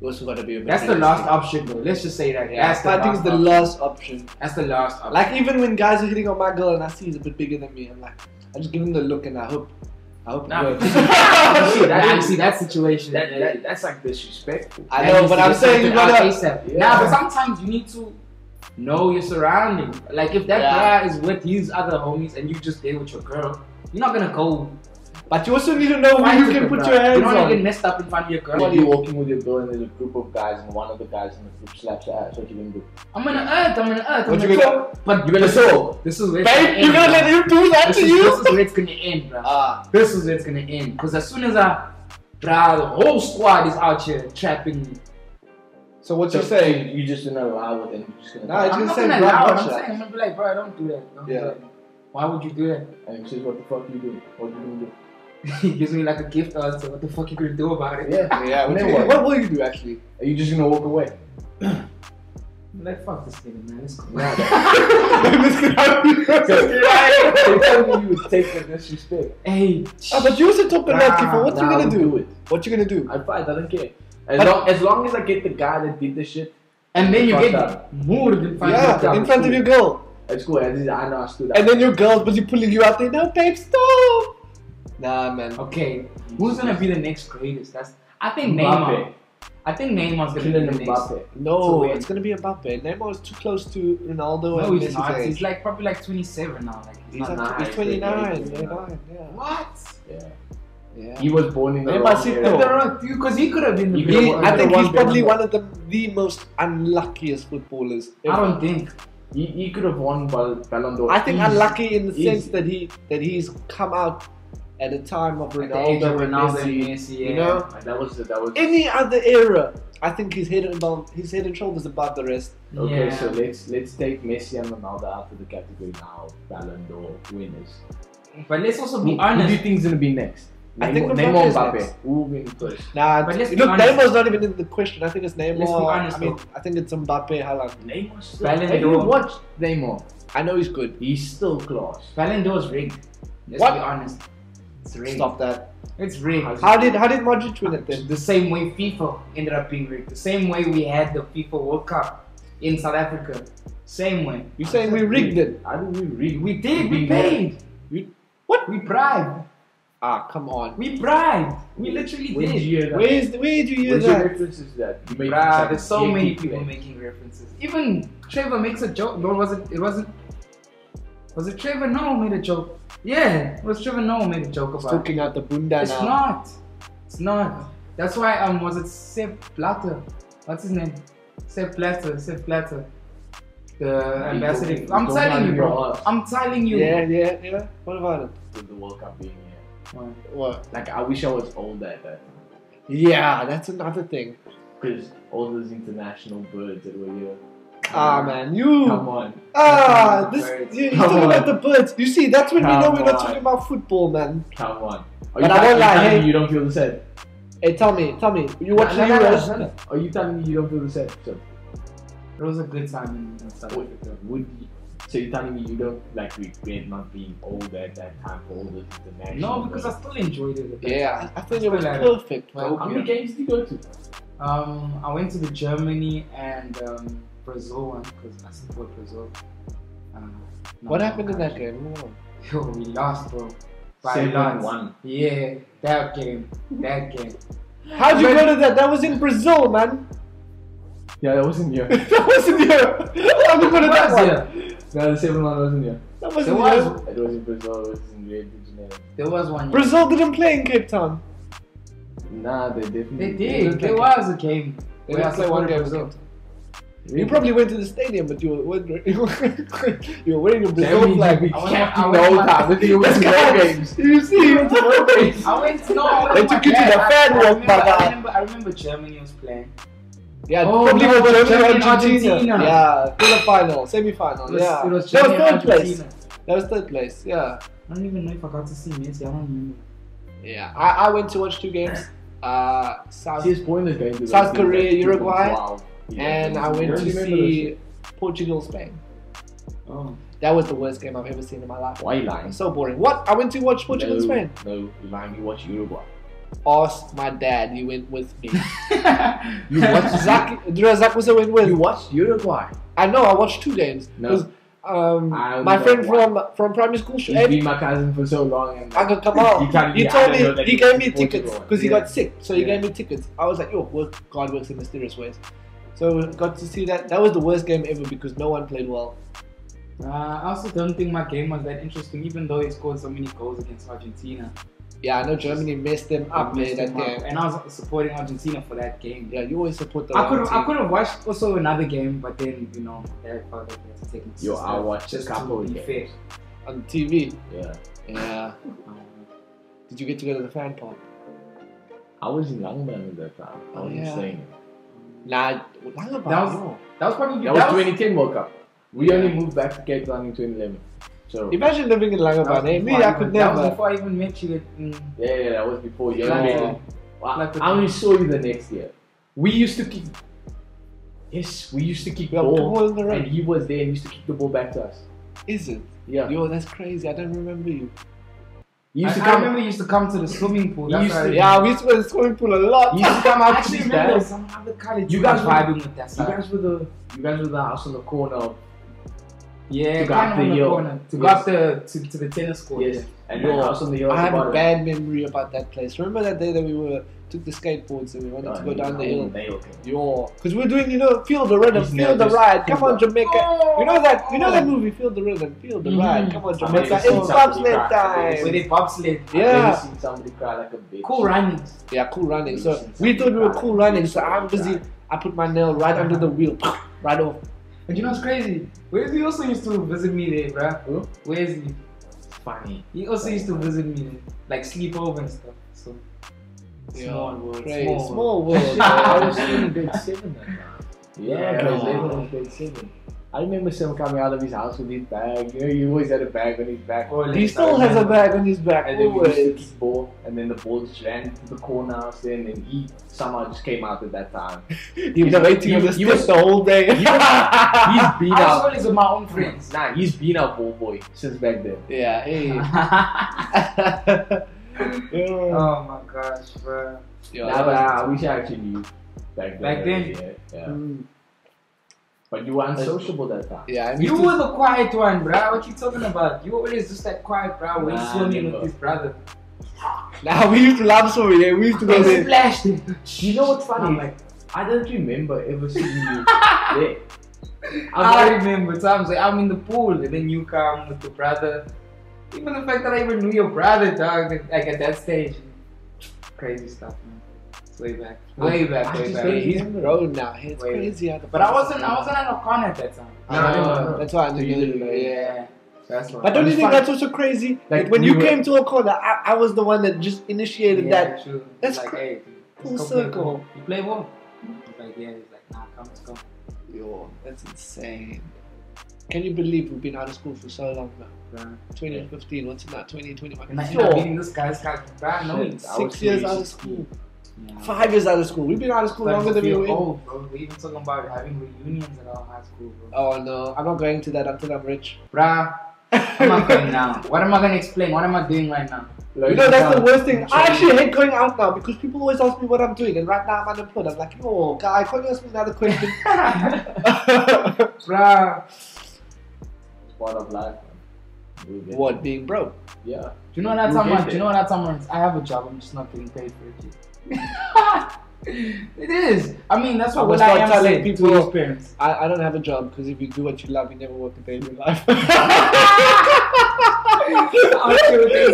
S2: You also gotta be a bit
S4: That's the
S2: realistic.
S4: last option, though. Let's just say that.
S2: Yeah,
S4: that's the
S2: fighting is
S4: last
S2: the
S4: option.
S2: last option.
S4: That's the last option.
S2: Like even when guys are hitting on my girl and I see he's a bit bigger than me, I'm like, I just give him the look and I hope, I hope
S3: Nah,
S2: it works.
S3: you see, that
S4: Nah, you
S3: is-
S4: see that situation.
S3: That, that, that's like disrespectful.
S2: I know, but I'm saying you gotta.
S4: ASAP.
S3: Yeah.
S4: Nah, but sometimes you need to know your surroundings. Like if that
S2: Yeah.
S4: guy is with his other homies and you just there with your girl, you're not gonna go.
S2: But you also need to know where
S4: fight
S2: you
S4: with
S2: can
S4: the
S2: put
S4: guy.
S2: your
S4: You
S2: hands
S4: don't wanna get
S2: on.
S4: messed up in front of your
S3: When
S4: girl.
S3: you're walking with your girl and there's a group of guys and one of the guys in the group slaps your ass, what you gonna do?
S4: I'm gonna earth. I'm gonna earth. I'm
S2: What
S4: gonna
S2: you
S4: go.
S2: gonna?
S4: But
S3: You gonna soul?
S4: This is where it's
S2: Babe, you gonna
S4: end,
S2: let
S4: bro.
S2: him do that
S4: This
S2: to
S4: is,
S2: you?
S4: This is where it's gonna end, bro.
S2: Ah,
S4: This is where it's gonna end. Cause as soon as I, bruh, the whole squad is out here trapping.
S2: so what
S3: So
S2: you saying?
S3: You just don't allow it and you're just gonna.
S2: Nah, I it's- was gonna
S4: I'm not
S2: say,
S4: gonna
S2: bro,
S4: allow it.
S2: watch
S4: I'm
S2: that.
S4: saying, I'm gonna be like, bro, don't do that. Don't
S2: Yeah.
S4: Do that. Why would you do that?
S3: and he says, what the fuck you doing? What you gonna do?
S4: he gives me like a gift or so what the fuck you gonna do about it?
S3: Yeah.
S2: Yeah, what,
S3: Then
S2: you,
S3: what?
S2: what will you do actually?
S3: Are you just gonna walk away?
S4: I'm like fuck this nigga man, let's go.
S3: They tell me you would take the disrespect.
S4: hey
S2: Ah, but you also talking about people. What you
S3: Nah, I
S2: gonna
S3: would
S2: do?
S3: it.
S2: What you gonna do?
S3: I fight. I don't care. As
S2: But-
S3: long, as long as I get the guy that did the shit,
S4: and then you
S3: Fuck
S4: get
S3: that.
S4: moved in front of
S2: Yeah,
S4: your
S2: in
S4: car.
S2: front of your girl,
S3: it's cool. At least I know I stood up.
S2: and then your girl's busy pulling you out there. No, babe, stop. Nah, man.
S4: Okay. Who's gonna be the next greatest? That's I think Neymar.
S3: Mbappe.
S4: I think Neymar's gonna
S3: Kylian
S4: be the next.
S3: Mbappe.
S2: No,
S4: It's a win.
S2: it's gonna be Mbappe. Neymar is too close to Ronaldo
S4: No,
S2: and
S4: he's
S2: Messi's
S4: not.
S2: age.
S4: He's like probably like 27 now. Like he's,
S2: He's, like,
S4: not.
S3: nine,
S2: he's
S3: he's
S2: 29,
S3: 29,
S2: 29, yeah.
S4: What?
S3: Yeah.
S2: yeah.
S3: He was born in the
S2: They
S3: wrong
S2: must sit
S3: era.
S2: there.
S4: They're not- Because he could have been the
S3: He-
S4: best.
S2: He,
S3: one-
S2: I think
S3: one
S2: he's probably
S3: better
S2: one of the, the most unluckiest footballers
S4: I
S2: ever.
S4: don't think.
S3: He, he could have won Ball- Ballon d'Or.
S2: I think
S3: easy.
S2: unlucky in the
S3: Easy.
S2: sense that he that he's come out at a time of
S4: At the age of
S2: Ronaldo, and
S4: Ronaldo and
S2: Messi.
S4: Messi,
S2: you
S4: yeah.
S2: know?
S3: Like, that was that was.
S2: Any other era, I think he's head and above, he's head and shoulders above the rest.
S3: okay,
S4: Yeah.
S3: so let's let's take Messi and Ronaldo out of the category now. Ballon d'Or winners.
S4: But let's also
S3: Who,
S4: be
S3: who do you
S4: honest.
S3: think's gonna be next?
S2: I think
S3: Neymar-
S2: Mbappe
S3: Neymar
S2: is
S3: Mbappe.
S2: next.
S3: Who will win first?
S2: Nah,
S4: But let's be
S2: look,
S4: honest.
S2: Neymar's not even in the question. I think it's Neymar.
S4: honest,
S2: I mean,
S4: though.
S2: I think it's Mbappe, Haaland.
S3: Neymar. Still,
S4: Ballon
S3: have you
S4: d'Or.
S3: watched Neymar?
S2: I know he's good.
S3: He's still class.
S4: Ballon d'Or's rigged. Let's
S2: What?
S4: be honest. It's rigged.
S2: Stop that.
S4: It's rigged.
S2: How did how did Modric win it then?
S4: The same way FIFA ended up being rigged. The same way we had the FIFA World Cup in South Africa. Same way.
S2: You saying we rigged it?
S3: How did we rig?
S4: We did. We
S3: We did.
S4: paid.
S2: You-
S4: what? We bribed.
S2: Ah, come on.
S4: We bribed. We literally
S3: When did
S4: did.
S3: you hear that?
S2: Where's where do you hear
S3: Where's your
S2: that?
S3: references to that? You made
S4: Bruh,
S3: some
S4: there's so many
S3: gatekeeper.
S4: people making references. Even Trevor makes a joke. No, was it? It wasn't. Was it Trevor Noel made a joke? Yeah, it was Trevor Noel made a joke about it.
S2: Talking out the bunda
S4: It's
S2: now.
S4: not. It's not. That's why um was it Sepp Blatter? What's his name? Sepp Blatter. Sepp Blatter. The ambassador.
S3: don't-
S4: I'm
S3: don't
S4: telling
S3: mind
S4: you,
S3: your
S4: bro.
S3: ass.
S4: I'm telling you.
S2: Yeah, yeah, yeah. What about it?
S3: With the World Cup being here.
S2: What?
S3: Like, I wish I was older at that
S2: Yeah, that's another thing.
S3: because all those international birds that were here.
S2: Ah, man, you.
S3: Come on.
S2: Ah,
S4: Come
S2: this.
S4: on.
S2: You, you're
S3: Come
S2: talking
S3: on.
S2: about the birds. You see, that's when we know
S3: Come
S2: we're not
S3: on.
S2: talking about football, man.
S3: Come on. Are
S2: But I
S3: you telling-
S2: won't lie,
S3: are you telling
S2: hey.
S3: me you don't feel the same?
S2: Hey, tell me, tell me. You watch the
S3: No, no, no,
S2: Euros?
S3: no, no. Are you telling me you don't feel the same? So,
S4: It was a good time in South
S3: would,
S4: Africa.
S3: would you, So you're telling me you don't like regret not being older at that time for all those international?
S4: No, because I still enjoyed it.
S2: Yeah, I, I think it
S4: Still
S2: was
S4: like-
S2: perfect, man.
S4: Go.
S3: how many games did you go to?
S4: Um, I went to the Germany and um, Brazil one because I support Brazil. Um,
S2: What happened in
S4: in
S2: that game? Hold on.
S4: Yo, we lost, bro. By
S3: Seven
S4: lots.
S3: one.
S4: Yeah, that game. That game.
S2: How'd you go to that? That was in Brazil, man.
S3: Yeah, that wasn't here.
S2: that wasn't here. How'd you go to that
S4: That was
S2: one?
S4: here.
S3: no, the seven one wasn't here.
S2: That
S4: There
S2: wasn't
S4: was
S2: here.
S3: It was in Brazil. It was in Rio de Janeiro.
S4: There was one. year.
S2: Brazil didn't play in Cape Town.
S3: Nah, they definitely.
S4: They
S2: They
S4: did.
S2: didn't
S4: There
S2: play.
S4: was a game.
S2: They
S4: where
S2: didn't
S4: I
S2: play one
S4: supported
S2: game in
S4: Brazil.
S2: Cape Town. You probably went to the stadium, but you were wearing, you were wearing a Brazil flag.
S4: I went-
S3: kept
S4: I
S3: you
S4: went-
S3: the whole time. They think it was
S2: This
S3: no
S2: guy-
S3: games.
S2: You see, you went to no games.
S4: I went. No, I went
S2: They
S4: with
S2: took
S4: my
S2: you to
S4: dad.
S2: the fan
S4: I, I,
S2: walk,
S4: remember, I
S2: Baba.
S4: remember. I remember Germany was playing.
S2: Yeah,
S4: Oh,
S2: probably
S4: no,
S2: was
S4: but
S2: Germany,
S4: Germany and
S2: Argentina.
S4: Argentina.
S2: Yeah, quarterfinal, semi-final.
S4: It was,
S2: yeah,
S4: it was
S2: that
S4: Germany
S2: was
S4: and
S2: third place.
S4: Argentina.
S2: That was third place. Yeah,
S4: I don't even know if I got to see Messi. I don't remember.
S2: yeah. I, I went to watch two games. Uh, South
S3: See, it's pointless going to
S2: South
S3: those games,
S2: Korea,
S3: like, people
S2: Uruguay,
S3: wow. Yeah,
S2: and I
S3: you
S2: went
S3: don't
S2: to
S3: remember those
S2: see
S3: shit.
S2: Portugal Spain.
S4: Oh,
S2: That was the worst game I've ever seen in my life.
S3: Why you lying?
S2: So boring. What? I went to watch Portugal
S3: no,
S2: Spain.
S3: No, you lying. You watch Uruguay.
S2: Asked my dad. He went with me.
S3: You watched
S2: Zach, Drazak was went with.
S3: You watched Uruguay.
S2: I know. I watched two games.
S3: No.
S2: 'Cause, Um,
S3: I only
S2: my
S3: got
S2: friend
S3: one.
S2: from from primary school,
S3: He's
S2: Shahid,
S3: been my cousin for so long, and
S2: Uncle
S3: He
S2: Kamal,
S3: can't
S2: he
S3: be- I
S2: told
S3: don't know
S2: me
S3: that
S2: he
S3: he
S2: gave
S3: can
S2: me
S3: afford to
S2: tickets
S3: go on.
S2: because he
S3: Yeah.
S2: got sick, so he
S3: Yeah.
S2: gave me tickets. I was like, "Yo, work, God works in mysterious ways." So got to see that. That was the worst game ever because no one played well.
S4: uh, I also don't think my game was that interesting, even though he scored so many goals against Argentina.
S2: Yeah, I know Germany messed them up
S4: I
S2: man,
S4: messed
S2: that
S4: him up.
S2: game.
S4: And I was supporting Argentina for that game.
S2: Yeah, you always support the
S4: I could
S2: wrong
S4: have I
S2: team.
S4: could have watched also another game, but then you know Eric felt like he had to take it.
S3: Yo, I watched
S4: just
S3: a couple
S4: to
S3: of
S4: be fair.
S3: games.
S2: on TV.
S3: Yeah,
S2: Yeah. Did you get to go to the fan park?
S3: I was in Langman at that time. I
S2: Oh,
S3: was
S2: yeah.
S3: saying
S2: Nah, that
S4: That was- That was probably
S3: that was 2010 World Cup. We only moved back to Cape Town in 2011. So yeah,
S2: Imagine living in Langabane.
S4: that was
S2: Me,
S4: before
S2: I could
S4: even- that was
S2: never.
S4: before I even met you. mm,
S3: yeah, that was before you.
S4: Like,
S3: only-
S4: uh,
S3: Wow,
S4: like the-
S3: I only saw you the next year. We used to kick. Yes, we used to kick
S2: Yeah,
S3: ball,
S2: ball in the
S3: and
S2: rain.
S3: he was there and used to kick the ball back to us.
S2: Is it?
S3: Yeah,
S2: Yo, that's crazy. I don't remember you.
S3: he used
S4: I,
S3: to
S4: I
S3: come.
S4: remember you used to come to the swimming pool.
S3: He
S4: That's
S3: used
S4: why
S3: to-
S4: I-
S2: Yeah, we used to go to the swimming pool a lot.
S3: He used to come
S4: I
S3: out to
S4: actually
S3: his
S4: remember
S3: dad.
S4: some other college.
S3: You
S4: team
S3: guys
S4: was
S3: were-
S4: vibing with that
S3: You
S4: side.
S3: guys were the you guys were the house on the corner. Of,
S4: yeah,
S3: to go up
S4: kind of on
S3: the
S4: the
S3: hill.
S4: corner to go
S3: Yes.
S4: up the to, to the tennis court.
S3: yes, and
S2: Yeah.
S3: the house on the hill. at
S2: I
S3: the
S2: have a
S3: bottom.
S2: bad memory about that place. Remember that day that we were took the skateboards and we wanted
S3: Oh,
S2: to go
S3: and
S2: down the
S3: I
S2: hill.
S3: wouldn't nail him.
S2: Yo, because we're doing you know feel the rhythm,
S3: He's
S2: feel the
S3: nervous.
S2: ride. Come on,
S3: He's
S4: Yeah.
S2: Jamaica. You know that you know that movie, feel the rhythm, feel the
S4: Mhm.
S2: ride. Come on,
S3: I've
S2: Jamaica.
S3: never seen
S2: It's
S3: Mm-hmm. somebody
S2: bobsled
S3: cry.
S4: With
S2: time.
S4: the bobsled.
S3: I've
S2: Yeah.
S3: never seen somebody cry like a bitch.
S4: Cool running.
S2: Yeah, cool running.
S3: I've
S2: So
S3: seen
S2: we thought we were
S3: somebody
S2: cool
S3: cry.
S2: running. So I'm busy. I put my nail right under the wheel, right off.
S4: But you know what's crazy? Wesley also used to visit me there, bruh.
S3: Who?
S4: Wesley.
S3: Funny.
S4: He also used to visit me there. Like sleep over and stuff. So
S2: Yeah,
S4: small world.
S2: Crazy.
S4: Small world.
S2: Small world.
S3: I was
S2: man.
S3: in grade seven then. Yeah,
S4: Yeah.
S3: grade seven was grade seven. I remember Sam coming out of his house with his bag. You know, he always had a bag on his back.
S4: Oh,
S2: he still has a bag on his back.
S3: And then we used to
S2: Always.
S3: kick ball, and then the ball just ran to the corner house there, and then he somehow just came out at that time.
S2: He was waiting on
S3: He-
S2: the
S3: he
S2: steps
S3: was-
S2: the whole day.
S3: He was, he's been
S4: I was
S3: our
S4: always with my own friends.
S3: nah, he's been our ball boy since back then.
S2: Yeah, hey.
S4: oh
S2: yeah.
S4: my gosh, bruh.
S3: Nah, but I, I wish I actually knew back then.
S4: Back then?
S3: Yeah, yeah.
S2: Mm.
S3: But you were unsociable that time.
S2: Yeah, I mean,
S4: You were the quiet one, bruh. What you talking about? You were always just that quiet, bruh. When
S3: Nah,
S4: you swimming
S3: never.
S4: with his brother.
S2: now we used to love swimming. Yeah, we used to go
S4: They
S2: there.
S4: splashed him. Oh
S3: You know what's funny?
S4: I'm like,
S3: I don't remember ever seeing you there.
S2: Uh,
S4: I
S3: I've
S4: remember times like I'm in the pool and then you come with your brother. Even the fact that I even knew your brother, dog, like at that stage. Crazy stuff, man. It's way back. Way back,
S3: I
S4: way
S3: just
S4: back.
S3: don't
S2: He's grown now. It's
S4: Wait.
S2: crazy. How the
S4: But I wasn't I wasn't an Ocon at that time.
S3: No, no, no, no.
S2: That's why I knew
S3: You
S2: you.
S3: didn't know.
S2: Yeah.
S4: That's why.
S2: But don't
S3: I'm
S2: you think
S3: fine.
S2: that's also crazy?
S3: Like,
S2: Like when
S3: we
S2: you
S3: were-
S2: came to a corner, I, I was the one that just initiated
S4: yeah,
S2: that.
S4: true.
S2: That's
S4: like,
S2: cra-
S4: hey,
S2: full
S4: let's go play
S2: circle.
S4: ball. You play ball? He's like, yeah, he's like, nah, come, let's go.
S2: Yo, that's insane. Can you believe we've been out of school for so long now?
S4: Bruh.
S2: 2015, what's it now? 2021.
S4: And I ended up
S2: Yo,
S4: meeting this guy, this guy, bruh, no,
S3: Shit.
S4: he's-
S3: I was
S2: six years out of school.
S3: 16.
S4: Yeah.
S2: Five years out of school. We've been out of school
S4: Starting
S2: longer
S4: to
S2: than we
S4: feel
S2: were. in.
S4: old, bro. We even talking about having reunions at our high school, bro.
S2: Oh no, I'm not going to that until I'm rich.
S4: Bruh, I'm not going now. What am I gonna explain? What am I doing right now?
S2: You know, that's the worst thing. I actually hate going out now because people always ask me what I'm doing, and right now I'm unemployed. I'm like, oh, guy, can't you ask me another question?
S4: Bruh,
S3: It's part of life. man. We'll get
S2: what,
S3: there.
S2: being broke?
S3: Yeah.
S4: do you know that
S3: You
S4: time?
S3: get
S4: I- Do
S3: it.
S4: you know that time? I have a job. I'm just not getting paid for it. yet. it is. I mean, that's
S2: I'm gonna
S4: what Will
S2: start
S4: I am
S2: telling
S4: said
S2: people-
S4: to his parents.
S2: I, I don't have a job because if you do what you love, you never work a day in your life.
S4: I'll see what they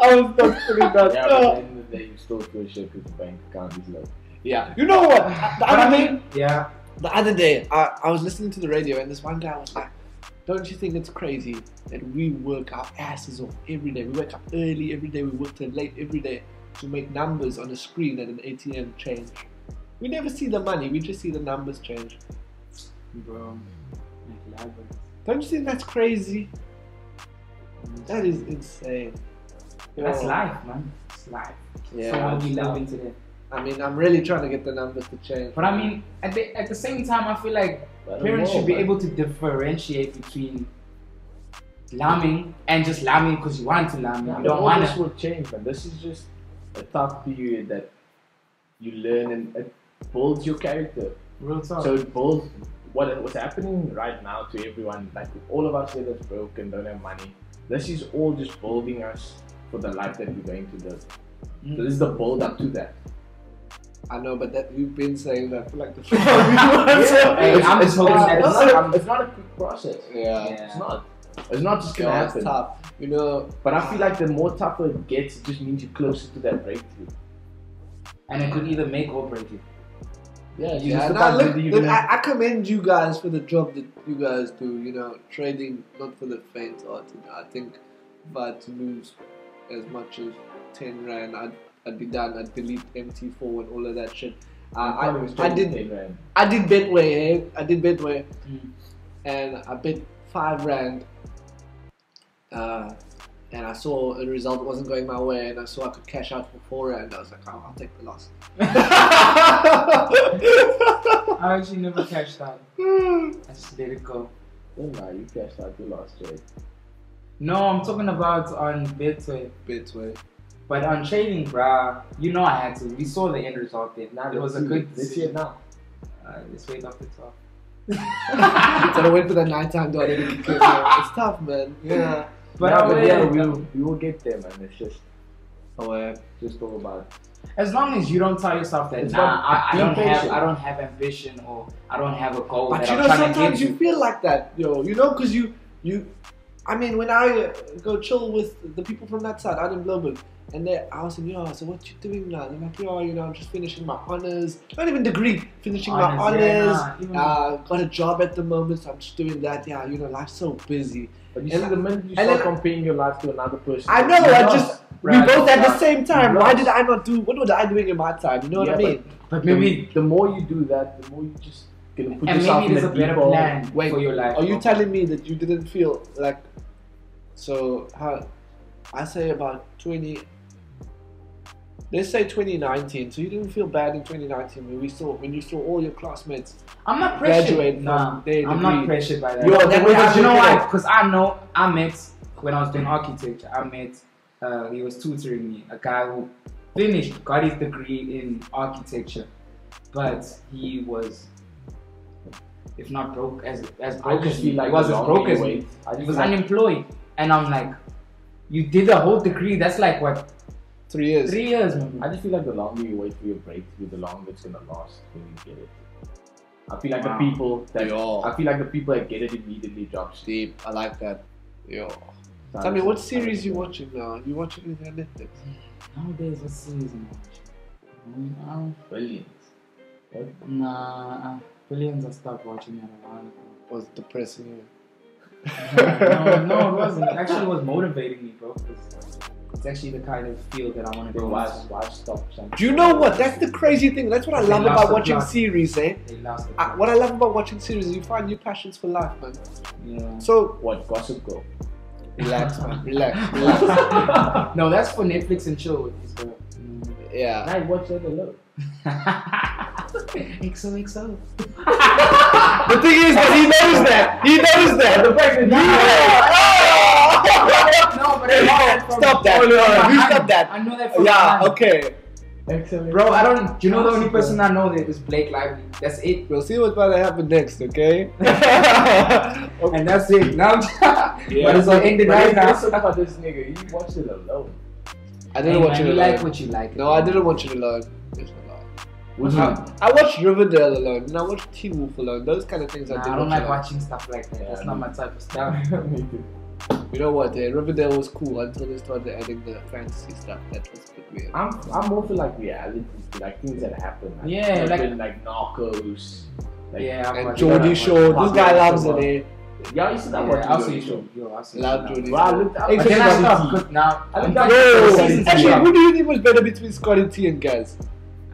S2: I was not feeling that.
S3: Yeah, but at the
S4: Oh!
S3: end of the day, you still feel shit because the bank account is low.
S2: Yeah. You know what? The
S4: But I
S2: other, day,
S4: mean, yeah.
S2: the other day, I, I was listening to the radio, and this one guy was like, don't you think it's crazy that we work our asses off every day? We wake up early every day, we work till late every day to make numbers on a screen at an ATM change. We never see the money, we just see the numbers change.
S4: Bro,
S2: Don't you think that's crazy? That is insane.
S4: that's
S2: Yo.
S4: life, man. It's life.
S2: Yeah,
S4: so what we
S2: it's
S4: live
S2: life.
S4: in today.
S2: I mean, I'm really trying to get the numbers to change.
S4: But I mean, at the at the same time, I feel like
S3: But I don't
S4: parents
S3: know,
S4: should be
S3: man.
S4: able to differentiate between lambing and just lambing because you want to lamb.
S3: Yeah,
S4: you
S3: but
S4: don't
S3: all
S4: want
S3: this
S4: to.
S3: will change, man. This is just a tough period that you learn and it builds your character.
S4: Real talk.
S3: So it builds what what's happening right now to everyone. Like all of us here that's broke and don't have money. This is all just building us for the life that we're going to live.
S4: Mm.
S3: So this is the build up to that.
S2: I know, but that you've been saying that for like the four
S4: Hey,
S3: It's-
S4: I'm
S3: it's
S4: just hoping
S3: not-
S4: that
S3: it's
S4: it's-
S3: not a-
S4: I'm-
S3: it's not a quick process.
S2: Yeah,
S4: yeah.
S3: It's not. It's not just
S2: Yo,
S3: gonna
S2: that's
S3: happen.
S2: tough. You know,
S3: But I feel like the more tougher it gets, it just means you're closer to that breakthrough.
S4: and it could either make or break you.
S3: Yeah, you
S2: yeah, nah,
S3: just sometimes
S2: look,
S3: you
S2: look,
S3: even
S2: I, I commend you guys for the job that you guys do. You know, trading not for the faint hearted. I think if I had to lose as much as ten rand, I'd, I'd be done. I'd delete MT4 and all of that shit. I,
S3: Probably was
S2: I, I did
S3: twenty rand.
S2: I did Betway, eh? I did Betway,
S4: Mm.
S2: and I bet five rand. Uh, and I saw a result wasn't going my way, and I saw I could cash out for four rand. I was like, oh, I'll take the loss.
S4: I actually never cashed out.
S3: Hmm.
S4: I just let it go.
S3: Don't lie, you cashed out the last trade.
S4: No, I'm talking about on Betway.
S2: Betway.
S4: But on trading, bruh, you know I had to. We saw the end result there.
S3: Nah,
S4: it was a
S3: let's see
S4: good
S3: it. Let's see it
S4: decision.
S3: now.
S4: Uh, let's wait off the top.
S2: So I went for the nighttime dollar. to kick in. It's tough, man. Yeah.
S4: But,
S3: Nah,
S4: I will,
S3: yeah, Oh, we will, we will get there, man. It's just,
S2: Away.
S3: just all about
S4: as long as you don't tell yourself that
S3: It's
S4: nah,
S3: not
S4: I, I
S3: being
S4: don't have
S3: patient.
S4: I don't have ambition or I don't have a goal
S2: But
S4: that
S2: you
S4: I'm
S2: know,
S4: trying to
S2: sometimes
S4: get
S2: you
S4: to.
S2: feel like that, yo. You know, because you, you, I mean, when I uh, go chill with the people from that side out in Bloemburg, and they, I was like, yo, "Oh, so what you doing now? They're like, yo, you know, I'm just finishing my honors, not even degree, finishing my
S4: Honest, yeah,
S2: honors.
S4: nah, even-
S2: Uh, got a job at the moment, so I'm just doing that. Yeah, you know, life's so busy.
S3: But you
S2: And-
S3: see, the minute you
S2: and
S3: start
S2: then-
S3: comparing your life to another person,
S2: I know,
S3: you
S2: I
S3: lost.
S2: just we
S4: Right,
S2: both at the
S4: right.
S2: same time.
S3: You
S2: Why
S3: lost.
S2: did I not do? What was I doing in my time? You know
S3: Yeah,
S2: what I mean?
S4: But
S3: Maybe
S4: maybe
S3: the more you do that, the more you just gonna put
S4: and
S3: yourself
S4: maybe
S3: in
S4: there's
S3: a
S4: a better
S3: deep hole.
S4: plan
S2: Wait,
S4: for your life.
S2: Are you
S4: bro.
S2: telling me that you didn't feel like so how I say about 20 let's say 2019 so you didn't feel bad in 2019 when we saw when you saw all your classmates
S4: I'm not pressured.
S2: graduate
S4: Nah,
S2: from their
S4: I'm
S2: degree.
S4: not pressured by that.
S2: Yo,
S4: But
S2: that
S4: that
S2: way
S4: I-
S2: that
S4: you
S2: you
S4: know
S2: can-
S4: why? Because I know I met when I was doing architecture. I met uh, he was tutoring me, a guy who finished, got his degree in architecture, but he was, if not broke, as as
S3: I
S4: broke
S3: just
S4: as
S3: feel
S4: me.
S3: like
S4: he was
S3: the
S4: as
S3: longer
S4: broke
S3: you
S4: as
S3: wait,
S4: me.
S3: I
S4: He
S3: just
S4: was
S3: like,
S4: unemployed, and I'm like, you did a whole degree. That's like what
S2: 3 years
S4: three years, man.
S3: I just feel like the longer you wait for your breakthrough, the longer it's gonna last when you get it. I feel like
S4: Wow.
S3: the people that
S2: Yo.
S3: I feel like the people that get it immediately drop shit.
S2: deep I like that yo tell me what series you watching now you watching anything on Netflix
S4: Nowadays, what series am I watching? I mean, I don't
S3: Billions. What?
S4: Nah, uh, billions. I stopped watching it a while ago.
S2: was depressing you
S4: no, no, it wasn't. It actually was motivating me, bro. It's, it's actually the kind of field that I want to
S3: They
S4: go
S3: watch,
S4: into.
S3: watch stop something.
S2: do you know what that's the crazy thing that's what I
S4: They
S2: love
S4: lost
S2: about
S4: the
S2: watching
S4: plot.
S2: series eh
S4: They lost the
S2: I,
S4: plot.
S2: what I love about watching series is you find new passions for life man
S4: Yeah.
S2: so
S3: What? Gossip Girl.
S2: relax man relax relax
S4: No, that's for Netflix and chill with these bro. Mm.
S2: yeah.
S3: I watch that alone.
S4: XOXO.
S2: The thing is that he knows that. He knows that. The fact that
S4: No, but I know that
S2: he
S4: from-
S2: stop that. You
S4: I-
S2: stop that.
S4: I know that from
S2: Yeah.
S4: mine.
S2: Okay.
S3: Excellent.
S4: Bro, I don't. Do you know the only person I know that is Blake Lively? That's it.
S2: We'll see what's about to happen next. Okay. okay.
S4: And that's it. Now, but it's
S3: But
S4: on ended
S3: let's-
S4: right now.
S3: let's talk about this nigga. He watched it alone.
S2: I didn't watch
S4: man,
S2: it
S4: you
S2: alone.
S4: like what you Hmm. like.
S2: no, I didn't watch it alone. It's alone.
S3: Which
S2: I, I watched Riverdale alone, and I watched Teen Wolf alone. Those kind of things
S4: Nah,
S2: I
S4: I
S2: didn't
S4: don't
S2: watch
S4: like
S2: alone.
S4: watching stuff like that. That's
S3: Yeah,
S4: not
S3: me-
S4: my type of stuff.
S3: Me too.
S2: You know what? Eh? Riverdale was cool until they started adding the fantasy stuff. That was a bit weird.
S3: I'm I'm more for like reality, like things that happen. Like,
S4: Yeah, like-
S3: been, like Narcos. Like,
S4: yeah, I've
S2: And
S4: watched
S2: Geordie
S4: that.
S2: Shore, this guy loves it. Eh?
S3: Y'all used to
S4: Yeah,
S3: not watch
S4: I'll see
S3: Jordan Show.
S4: you. Yo, I'll see
S2: Love
S4: you.
S2: Geordie
S3: Well, I
S2: Shore.
S3: looked up.
S2: Hey,
S4: But then I
S2: Jordan
S4: stopped. 'cause Now
S3: I
S4: I'm
S3: think
S4: thinking
S3: that's-
S2: Yo,
S4: the season's
S2: actually,
S4: too
S2: who
S4: long.
S2: do you think was better between Scotty T and Gaz?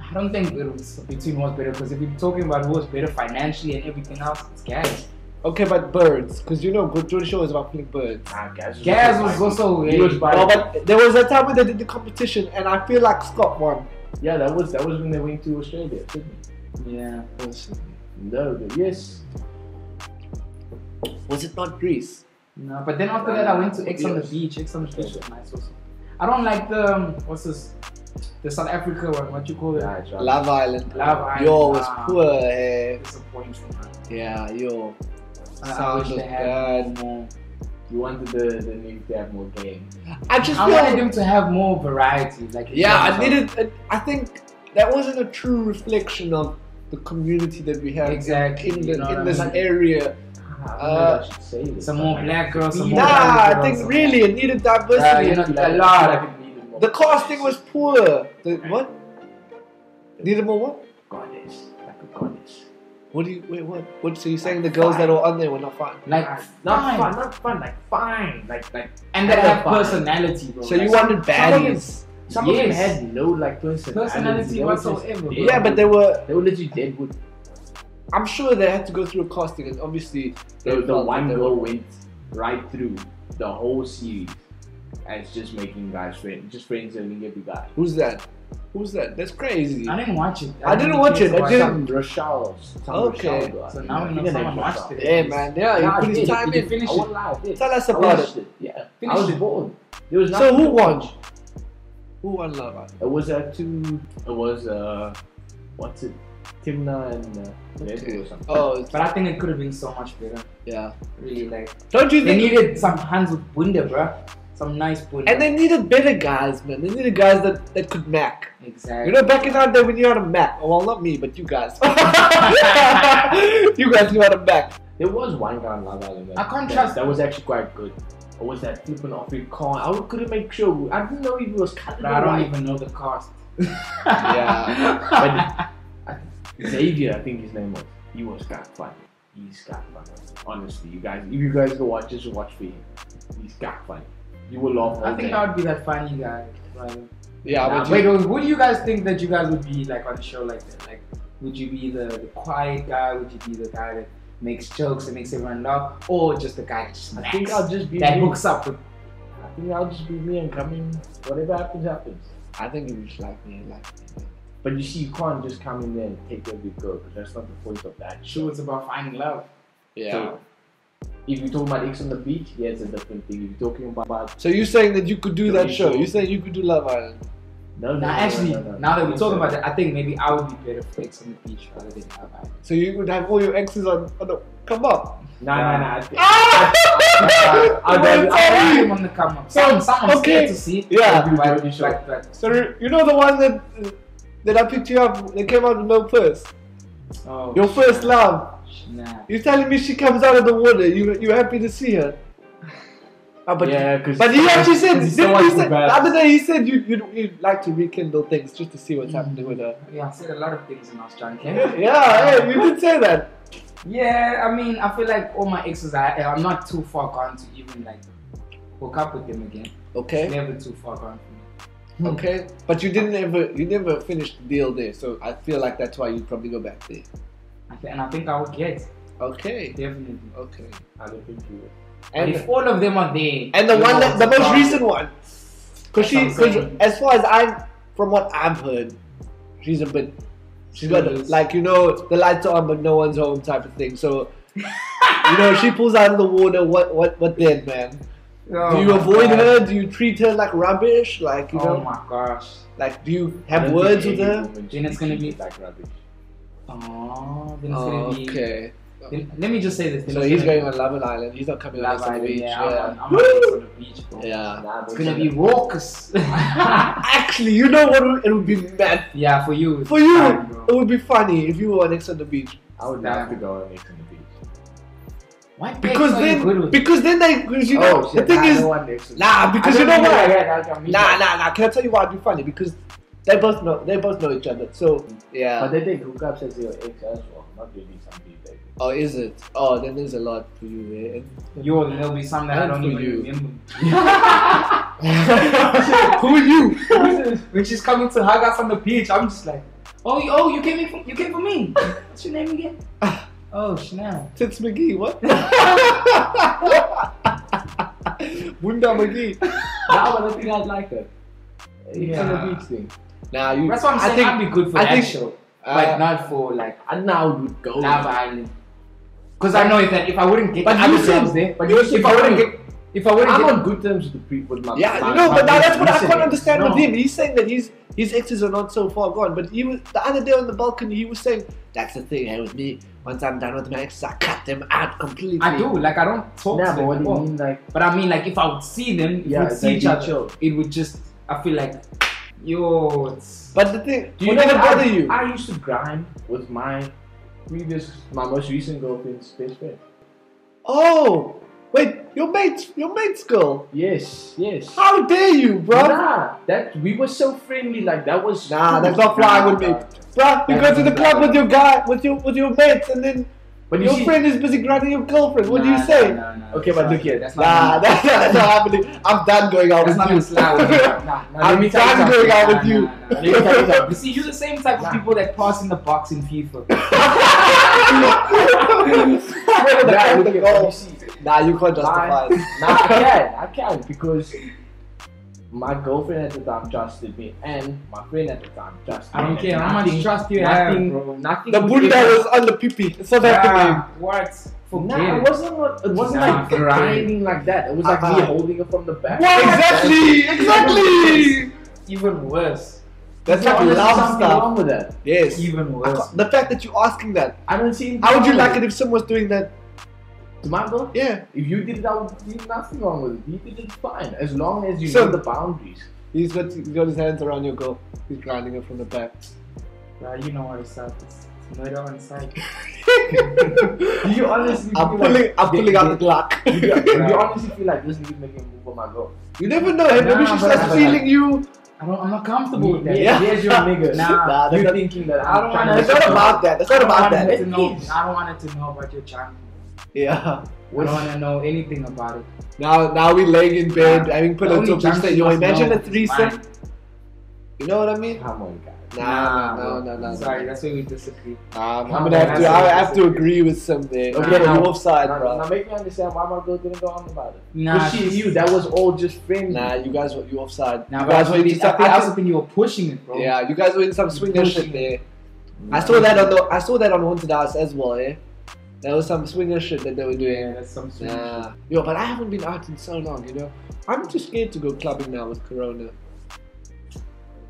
S4: I don't think it was between who was better because if you're talking about who was better financially and everything else, it's Gaz.
S2: Okay, but birds, because you know, good Jordan Show is about playing birds.
S3: Nah, Gaz Ah, was, oh,
S4: Gaz was also
S3: He was
S4: very-
S3: by-
S2: No, but there was a time when they did the competition, and I feel like Scott won.
S3: yeah, that was that was when they went to Australia, Sydney.
S4: Yeah.
S3: No, but yes.
S2: Was it not Greece?
S4: No, but then after that, I went to X on the beach. X on the beach was nice also. I don't like the um, what's this, the South Africa one. What you call it?
S3: Nah, it's right.
S2: Love Island.
S4: Love Island.
S2: Yo, was
S4: Ah.
S2: poor. Eh?
S4: Disappointing.
S2: Yeah, yo.
S4: I- I
S2: Sound
S4: wish
S2: was
S4: they
S2: bad.
S4: had more.
S3: You wanted the the nigga to have more game.
S2: I just
S4: I
S2: feel
S4: wanted them to have more variety. Like
S2: Yeah, I
S4: it.
S2: needed. I- I think that wasn't a true reflection of the community that we have in-
S4: Exactly,
S2: in,
S4: you
S2: the,
S4: know what
S2: in
S4: I
S2: this
S4: mean?
S2: area.
S3: I should say this.
S4: Uh, Some more
S3: Like,
S4: black girls, some more
S2: Nah, I
S4: brown
S2: think
S4: girls.
S2: really it needed
S4: Yeah,
S2: diversity.
S4: you know,
S3: like,
S4: a lot.
S3: like, it needed more
S2: the casting was poor. The, what? Needed more what?
S3: goddess, like a goddess.
S2: What do you wait? What? What? So you're saying the girls that were on there were not fine?
S4: Like
S3: Not
S4: fine.
S3: fun, not fun, like fine, like like.
S4: and that have
S3: Fine.
S4: personality, bro.
S2: So
S4: Like,
S2: you wanted
S3: someone
S2: baddies?
S3: Some of them
S4: Yes.
S3: had no like personality.
S4: Personality
S3: They were just
S4: whatsoever, bro.
S3: dead.
S2: Yeah, but they were.
S3: they were literally dead with
S2: I'm sure they had to go through a casting, and obviously they
S3: the, the
S2: felt
S3: one
S2: that they
S3: girl
S2: were-
S3: went right through the whole series as just making guys friends, just friends and every guy.
S2: Who's that? Who's that? That's crazy.
S4: I didn't watch it.
S2: I didn't watch it,
S4: care
S2: I
S4: about
S2: didn't-
S4: it.
S3: Some Rochelle's, some
S2: Okay.
S3: Rochelle girl.
S4: So now
S3: I
S4: we know
S3: think her
S4: someone
S3: name
S4: watched
S3: Rochelle.
S4: it.
S2: Yeah, man. Yeah,
S3: Nah, I
S2: you put
S3: did.
S2: his time
S4: Did you
S2: in.
S4: finish
S3: I
S4: it?
S3: won't lie, I did.
S2: Tell us
S3: I
S2: about
S3: watched
S2: it.
S3: Yeah,
S4: Finish
S3: I was
S4: it.
S3: bored. There was
S2: So
S3: nothing
S2: who
S3: to
S2: won?
S3: watch.
S2: Who won Love Island?
S3: It was uh, two. It was uh, what's it? Timna and uh, Nebu or something.
S2: Oh,
S4: But I think it could have been so much better.
S2: yeah.
S4: Really, like
S2: Don't you
S4: they
S2: think?
S4: needed some hands with bunda, bro. Some nice bunda.
S2: and they needed better guys, man. They needed guys that, that could mac. You
S4: exactly.
S2: know, back in our day, we knew how to mac. Oh, Well, not me, but you guys. you guys knew how to mac.
S3: There was one guy on Love Island. that-
S4: I can't
S3: that-
S4: trust-
S3: That was actually quite good. Or was that flipping African? I couldn't make sure. I didn't know if he was colored
S4: But I
S3: or
S4: don't
S3: white.
S4: even know the cost.
S2: Yeah.
S3: But Xavier, I think his name was. He was got funny. He's got funny. Honestly, you guys, if you guys go watch, just watch for him. He's got funny. You will love.
S4: I think I would be that funny guy. Right?
S2: Yeah,
S4: Nah,
S2: but
S4: wait,
S2: you,
S4: would you guys think that you guys would be like on a show like that? Like, would you be the, the quiet guy? Would you be the guy that makes jokes and makes everyone laugh, or just the guy that
S3: I
S4: smacks,
S3: think I'll just be.
S4: that
S3: me.
S4: hooks up with?
S3: I think I'll just be me and come in. Whatever happens, happens.
S2: I think you just like me. Like me.
S3: But you see, you can't just come in there and take every girl because that's not the point of that show.
S4: Sure, it's about finding love.
S2: Yeah. So,
S3: So, if you're talking about X on the beach, yeah, it's a different thing. If you're talking about
S2: you're saying that you could do that
S3: Yeah,
S2: show?
S3: sure.
S2: You're saying you could do Love Island?
S3: no, no,
S4: Now,
S3: no,
S4: actually,
S3: no, no, no.
S4: now that we're talking about that, I think maybe I would be better for X on the beach rather than Love Island.
S2: So you would have all your exes on? on the, come up.
S3: no, no, no. I think-
S2: Ah! Well,
S4: I'd rather- I'd rather him on the come up. Someone, someone's
S2: Okay.
S4: scared to see.
S2: Yeah.
S4: But, but, but,
S2: So you know the one that that I picked you up? That came out with no purse.
S4: oh,
S2: Your first
S4: nah,
S2: love.
S4: Nah.
S2: You're telling me she comes out of the water. You you happy to see her? Ah, but
S3: yeah, because
S2: but you actually said
S3: he's
S2: didn't
S3: someone
S2: you
S3: who
S2: say, the
S3: bad.
S2: other day you said you you you like to rekindle things just to see
S3: Mm.
S2: what's happening with her.
S4: Yeah, I said a lot of things when I was drunk.
S2: Yeah, yeah, you did say that.
S4: Yeah, I mean, I feel like all my exes, I, I'm not too far gone to even like hook up with them again.
S2: Okay,
S4: Never too far gone for me.
S2: okay, but you didn't ever you never finished the deal there, so I feel like that's why you probably go back there.
S4: I thi- and I think I would get
S2: Okay,
S4: definitely.
S2: okay,
S3: I don't think he would.
S4: And
S2: and
S4: if all of them are there,
S2: and the
S4: you
S2: one
S4: know
S2: that
S4: oh,
S2: the
S4: what's
S2: most
S4: up.
S2: recent one, because she
S4: That's what I'm
S2: cause
S4: saying.
S2: as far as I from what I've heard, she's a bit. She's got
S4: Clueless.
S2: like you know the lights are on but no one's home type of thing. So you know she pulls out of the water. What what what then, man? do you avoid her? Do you treat her like rubbish? Like you
S4: oh
S2: know,
S4: my gosh.
S2: like do you
S3: I
S2: have
S3: don't
S2: words
S3: think
S2: with
S3: any
S2: her?
S3: woman
S4: Then it's gonna be-
S3: like rubbish.
S4: Oh, then it's gonna be.
S2: Okay.
S4: Then, let me just say this. then
S2: So
S4: it's
S2: he's
S4: gonna
S2: going on Love Island. He's not coming on
S4: Love
S2: us on the
S4: Island,
S2: beach.
S4: yeah,
S2: Yeah.
S4: I'm, I'm gonna be on the beach, bro.
S2: Yeah.
S3: Nah,
S4: Ah, It's
S3: but
S4: gonna be
S3: you
S4: raucous.
S2: Actually, you know what? would- It would be mad
S4: yeah, for you. it's
S2: for you.
S4: fine, bro.
S2: It would be funny if you were next on the beach.
S3: know, I would love to go on X on the beach.
S4: What
S2: Because
S4: next are you good
S2: then,
S4: with?
S2: because then they, because you know,
S3: oh,
S2: the
S3: shit,
S2: thing
S3: nah,
S2: is,
S3: no one next to me.
S2: nah, because
S3: I
S2: you
S3: don't
S2: know
S3: think I
S2: what?
S3: had that kind of
S2: Nah,
S3: meeting.
S2: nah, nah. Can I tell you why it'd be funny? Because they both know, they both know each other. So
S3: But
S2: yeah.
S3: they take hookups as your ex as well. Not really some people.
S2: Oh, is it? Oh, then there's a lot for you, man.
S4: Yo, then there'll be some that I
S2: And
S4: don't
S2: for
S4: even
S2: you.
S4: remember.
S2: Who are you?
S4: when she's coming to hug us on the beach, I'm just like, oh, you- oh, you came in for, you came for me. What's your name again? oh, Chanel.
S2: Tits McGee, what? Bunda McGee.
S3: Nah, but I think I'd like that. It's on
S4: Yeah.
S3: the beach thing.
S2: Nah, you.
S4: That's what I'm saying.
S2: I think,
S4: I'd be good for
S2: I
S4: that
S2: think-
S4: show,
S2: uh,
S4: but not for like
S3: And now would go.
S4: Love Island. Because I know if that if I wouldn't get
S3: But
S4: the
S3: you
S4: other
S3: said-
S4: girls there,
S3: but
S4: but
S3: you
S4: if,
S3: said
S4: I wouldn't
S3: you-
S4: get, if I wouldn't
S3: I'm
S4: get,
S3: on good terms with the people. with My,
S2: Yeah,
S3: my,
S2: no,
S3: my
S2: but now that's what I
S3: recent
S2: can't
S3: ex.
S2: understand
S3: No.
S2: with him. He's saying that his his exes are not so far gone, but he was the other day on the balcony. He was saying that's the thing eh, with me. Once I'm done with my exes, I cut them out completely.
S4: I do like I don't talk
S3: Nah,
S4: to
S3: but
S4: them.
S3: what do you
S4: anymore.
S3: mean? Like,
S4: But I mean, like if I would see them, if
S3: Yeah,
S4: we'd see
S3: that'd
S4: each
S3: be
S4: other,
S3: chill.
S4: it would just I feel like, yo, it's
S2: But the thing,
S3: Do you
S2: would
S3: know
S2: never
S3: what I-
S2: bother you?
S3: I used to grind with my previous, my most recent girlfriend's best friend.
S2: oh, wait, your mate's your mate's girl.
S3: Yes, yes.
S2: How dare you, bruh?
S3: Ah, Nah, that we were so friendly. Like that was.
S2: Nah, that's not fly with me, bruh. You go to the club with your guy, with your with your mates, and then
S3: But you
S2: your
S3: see-
S2: friend is busy grinding your girlfriend. What do you
S4: Nah,
S2: say?
S4: nah, nah, nah,
S3: Okay, but look
S4: that's not-
S3: here.
S4: That's
S2: Nah,
S4: not.
S2: that's not happening. I'm done going out
S4: That's not gonna
S2: with you.
S4: slide with you. Nah, nah,
S2: I'm
S4: let me tell you
S2: done
S4: something.
S2: going out
S4: Nah,
S2: with
S4: nah,
S2: you.
S4: nah, nah, let me tell you something. You see, you're the same type of people that pass in the box in FIFA.
S3: Nah,
S2: Nah,
S3: look
S2: the
S3: here, but you
S2: goal.
S3: see,
S2: Nah, you can't justify it.
S3: Nah, I can, I can because my girlfriend at the time trusted me and my friend at the time trusted me.
S4: I don't
S3: and
S4: care how much
S3: nothing-
S4: trust you have,
S3: nothing,
S4: bro.
S3: Nothing.
S2: The
S3: would
S2: Buddha
S3: ever-
S2: was on the pee It's not happening.
S4: Nah, what? Forget
S3: Nah, it
S4: it.
S3: wasn't. what- It wasn't
S4: Nah,
S3: like
S4: right.
S3: grinding like that. It was like me
S2: Uh-huh.
S3: holding it from the back.
S2: What? Exactly, exactly.
S4: Even worse.
S2: That's
S3: Like,
S2: like
S3: honestly,
S2: love
S3: something
S2: stuff.
S3: wrong with that.
S2: Yes.
S4: Even
S2: I
S4: worse.
S2: can't- The fact that you're asking that.
S3: I don't see. anything
S2: How would you
S3: wrong
S2: like it
S3: with
S2: if someone was doing that?
S3: To my girl,
S2: Yeah.
S3: if you did it, I would see nothing wrong with it. He did it fine, as long as you
S2: So-
S3: know the boundaries.
S2: He's got, he's got his hands around your girl. He's grinding her from the back.
S4: Nah, you know what it's like. It's it's murder on sight.
S3: Do you honestly?
S2: I'm
S3: feel
S2: pulling,
S3: like
S2: I'm
S3: they-
S2: pulling
S3: they-
S2: out the Glock.
S3: Do you, do you honestly feel like this nigga's making a move on my girl?
S2: You never know. eh? Maybe
S4: Nah,
S2: she
S4: but
S2: starts
S4: I-
S2: feeling you.
S4: I don't, I'm not comfortable with that.
S2: Yeah.
S3: Here's your nigga.
S4: Nah,
S2: Nah, that's
S3: you
S2: not-
S3: thinking that
S4: I don't
S3: I'm trying
S4: wanna-
S3: to-
S2: It's not about that. It's
S4: I
S2: not
S4: don't
S2: about
S4: want her
S2: that.
S4: To know, I don't want her to know about your junk.
S2: Yeah.
S4: I don't want to know anything about it.
S2: Now, now we're laying in bed, having
S4: The
S2: pillow
S4: only
S2: talk.
S4: junk
S2: just say,
S4: she
S2: Yo,
S4: must
S2: imagine
S4: know
S2: a
S4: is
S2: threesome.
S4: mine.
S2: You know what I mean?
S3: Come on, guys.
S2: Nah, no,
S4: bro.
S2: no, no.
S4: Sorry, that's why we disagree.
S2: Nah, I'm
S3: Nah,
S2: gonna have
S4: that's
S2: to. I
S4: it,
S2: have
S4: that's
S2: to
S4: it.
S2: agree with some there.
S3: Okay,
S2: Okay,
S3: now-
S2: you offside,
S3: Now, now
S2: bro.
S3: make me understand why my girl didn't go on about it.
S4: Nah,
S3: Because she
S4: she's-
S3: knew that was all just friendly.
S2: Nah, you guys were you offside.
S4: Nah,
S2: you
S4: but
S2: guys were
S4: I
S2: into
S4: think
S2: something
S4: that's
S2: else.
S4: when you were pushing it, bro.
S2: Yeah, you guys were in some swinger shit
S4: Pushing.
S2: there. I saw that on the. I saw that on Haunted House as well. Eh, there was some swinger shit that they were
S4: Yeah,
S2: doing.
S4: that's some sort of
S2: Nah, yo, but I haven't been out in so long. You know, I'm too scared to go clubbing now with Corona.
S4: shit.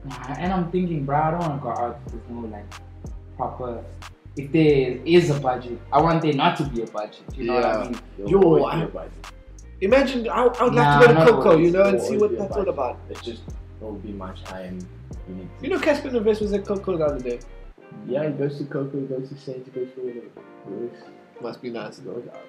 S4: Nah, and I'm thinking, bro, I don't want to go out with no like proper. If there is a budget, I want there not to be a budget. You know
S2: Yeah.
S4: what I mean?
S2: Yo,
S3: boy,
S2: I-
S3: dear buddy.
S2: Imagine, I, I would like
S4: Nah,
S2: to go to
S4: not
S2: Coco,
S4: really.
S2: you know, and
S3: Or
S2: see
S3: if
S2: what
S3: you're
S2: that's all
S3: budget.
S2: about.
S3: It's just it will be much high and we need to-
S2: You know, Casper Invest was at Coco the other day.
S3: yeah, he goes to Coco, he goes to Saint, he goes to all of it. He goes-
S2: Must be nice.
S3: he goes out.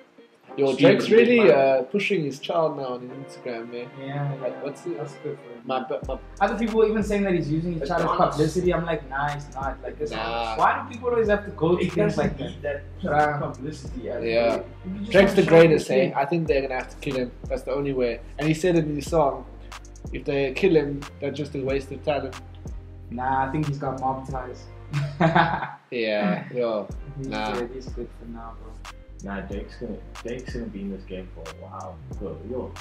S2: Yo,
S3: Steve
S2: Jake's
S3: is a big
S2: really
S3: man.
S2: uh, pushing his child now on his Instagram, man.
S4: Yeah,
S2: Like,
S4: yeah.
S2: what's the-
S4: that's good for him.
S2: My, bu- my
S4: Other people even saying that he's using each
S3: It's
S4: other for
S3: honest.
S4: publicity. I'm like, nah, it's not. Like, this.
S2: Nah.
S4: Why do people always have to go to things like that?
S3: that publicity.
S2: Yeah. Drake's the greatest, eh? I think they're gonna have to kill him. That's the only way. And he said it in his song, if they kill him, that's just a waste of talent.
S4: Nah, I think he's got mob ties.
S2: Yeah, yo.
S4: he's
S2: Nah.
S4: good. He's good for now, bro.
S3: Nah, Drake's gonna Drake's gonna be in this game for a while. Bro, yo,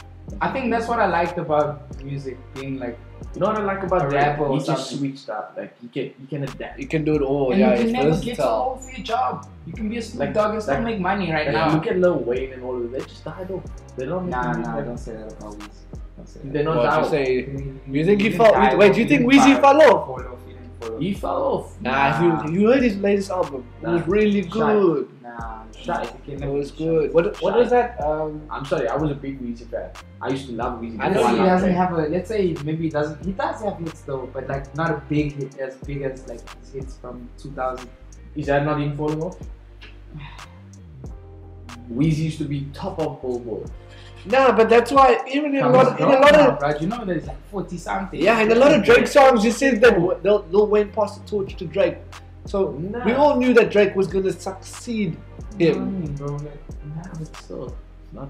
S4: I think that's what I liked about music being like
S3: you know what I like
S4: A
S3: about Drake?
S4: rapper or
S3: He just
S4: something.
S3: switched up. Like he can he can adapt.
S2: You can do it all.
S4: and
S2: Oh, yeah,
S4: you can
S2: it's
S4: never get too
S2: versatile.
S4: old for your job. You can be a Snoop
S3: Like-
S4: Dogg and still
S3: like-
S4: make money right
S3: Like,
S4: now.
S3: Look at Lil Wayne and all of them. They just died off. They're not.
S4: Nah,
S3: making
S4: nah,
S3: music.
S4: don't say that about Weezy. Don't say that.
S3: They're not
S2: What you
S3: out.
S2: say?
S4: You
S2: You think he fell- wait, do you think Weezy fell off?
S3: He fell off.
S2: Nah,
S4: Nah.
S2: You, you heard his latest album. It was
S3: Nah.
S2: really
S3: Shy.
S2: good.
S4: Nah,
S3: Shy.
S2: It was good. What what
S3: Shy.
S2: was that? Um,
S3: I'm sorry, I was a big Weezy fan. I used to love Weezy.
S4: I
S3: before
S4: know he
S3: loved
S4: doesn't
S3: Drake.
S4: have a. Let's say maybe he doesn't. He does have hits though, but like not a big hit as big as like his hits from 2000.
S3: Is that not him falling off? Weezy used to be top of Billboard.
S2: nah, but that's why even in a lot, in a lot of
S4: Bro, you know there's like 40 something.
S2: yeah, in a lot of Drake songs, you said that w- they'll they'll win pass the torch to Drake. So
S3: Nah.
S2: we all knew that Drake was gonna succeed him.
S4: Mm, bro, like,
S3: Nah, but still, it's not.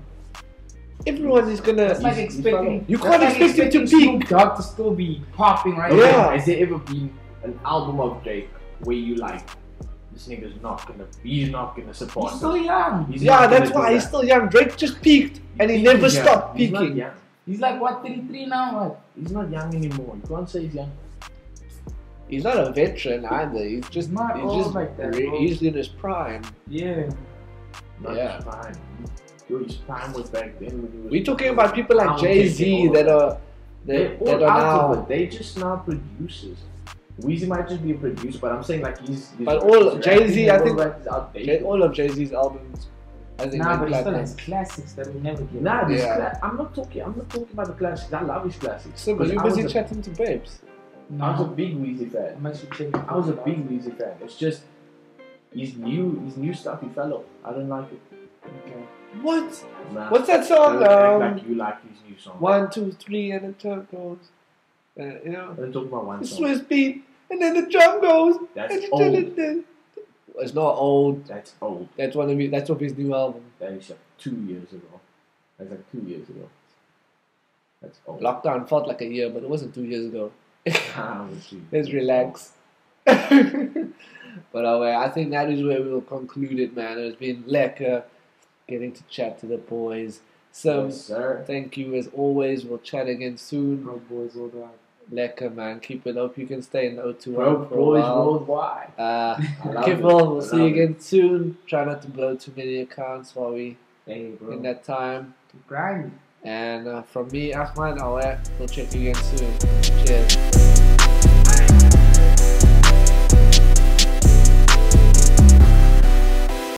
S2: Everyone is gonna.
S4: That's like
S3: he's- he's
S4: expecting.
S2: You
S4: that's
S2: can't
S4: like
S2: expect him to
S4: expecting
S2: peak.
S4: Snoop Dogg to still be popping right
S3: Okay,
S4: now.
S2: Yeah.
S3: Has there ever been an album of Drake where you like, this nigga's not gonna, he's not gonna
S4: He's
S3: surpass
S4: still
S3: us.
S4: young.
S3: He's
S2: Yeah,
S3: not gonna
S2: that's
S3: do
S2: why he's
S3: that.
S2: still young. Drake just peaked and he
S3: He's
S2: never
S3: young.
S2: stopped
S3: He's not
S2: peaking.
S3: young.
S4: He's like what 33 now. What?
S3: He's not young anymore. You can't say he's young.
S2: He's not a veteran either. He's just
S4: not
S2: he's
S4: old
S2: just
S4: like that,
S2: re-
S4: bro.
S2: he's in his prime.
S4: Yeah.
S3: Not
S2: Yeah.
S3: his prime. Yo, his prime was back then when he was.
S2: We're talking about people like
S3: Count
S2: Jay Z
S3: taking over.
S2: that are
S3: They're
S2: that, that
S3: all
S2: are
S3: out of
S2: now.
S3: it. They just now producers. Weezy might just be a producer, but I'm saying like he's. he's
S2: But all-
S3: he's
S2: Jay-Z,
S3: rapping,
S2: I think-
S3: all that is outdated.
S2: Jay- All of Jay Z's albums, I think,
S4: Nah,
S2: went
S4: but he still
S2: platinum.
S4: has classics that will never get.
S3: Nah, this
S2: Yeah.
S3: cla- I'm not talking. I'm not talking about the classics. I love his classics.
S2: So, but
S3: 'Cause
S2: you
S3: I was
S2: busy
S3: a-
S2: chatting to babes?
S3: I was a
S4: No,
S3: big Weezy fan.
S4: I'm actually checking.
S3: I was a big Weezy fan. It's just his new his new stuff. He fell off. I don't like it.
S4: Okay.
S2: What?
S3: Nah.
S2: What's that
S3: Don't
S2: song?
S3: act
S2: Um,
S3: like you like his new song.
S2: one, two, three, and the drum goes. Uh, you know,
S3: I'm talking about one
S2: the
S3: song.
S2: Swiss beat, and then the drum goes.
S3: That's old.
S2: It's not old.
S3: That's old.
S2: That's one of his, that's of his new album.
S3: That is like two years ago. That's like two years ago. That's old.
S2: Lockdown felt like a year, but it wasn't two years ago.
S3: Ah, we'll see.
S2: Let's relax. but uh, well, I think that is where we'll conclude it, man. It's been lekker getting to chat to the boys. So
S3: Yes, sir.
S2: thank you as always. We'll chat again soon.
S4: Bro, boys, all right.
S2: Lekker, man. Keep it up. You can stay in the O2
S3: Bro,
S2: for a
S3: boys
S2: while.
S3: worldwide.
S2: Uh,
S3: I love it.
S2: Kivil, we'll
S3: I
S2: see you
S3: love it.
S2: again soon. Try not to blow too many accounts while we
S3: Hey, bro.
S2: in that time.
S4: Grind.
S2: And uh, from me, Ahmad, I'll we'll check you again soon. Cheers.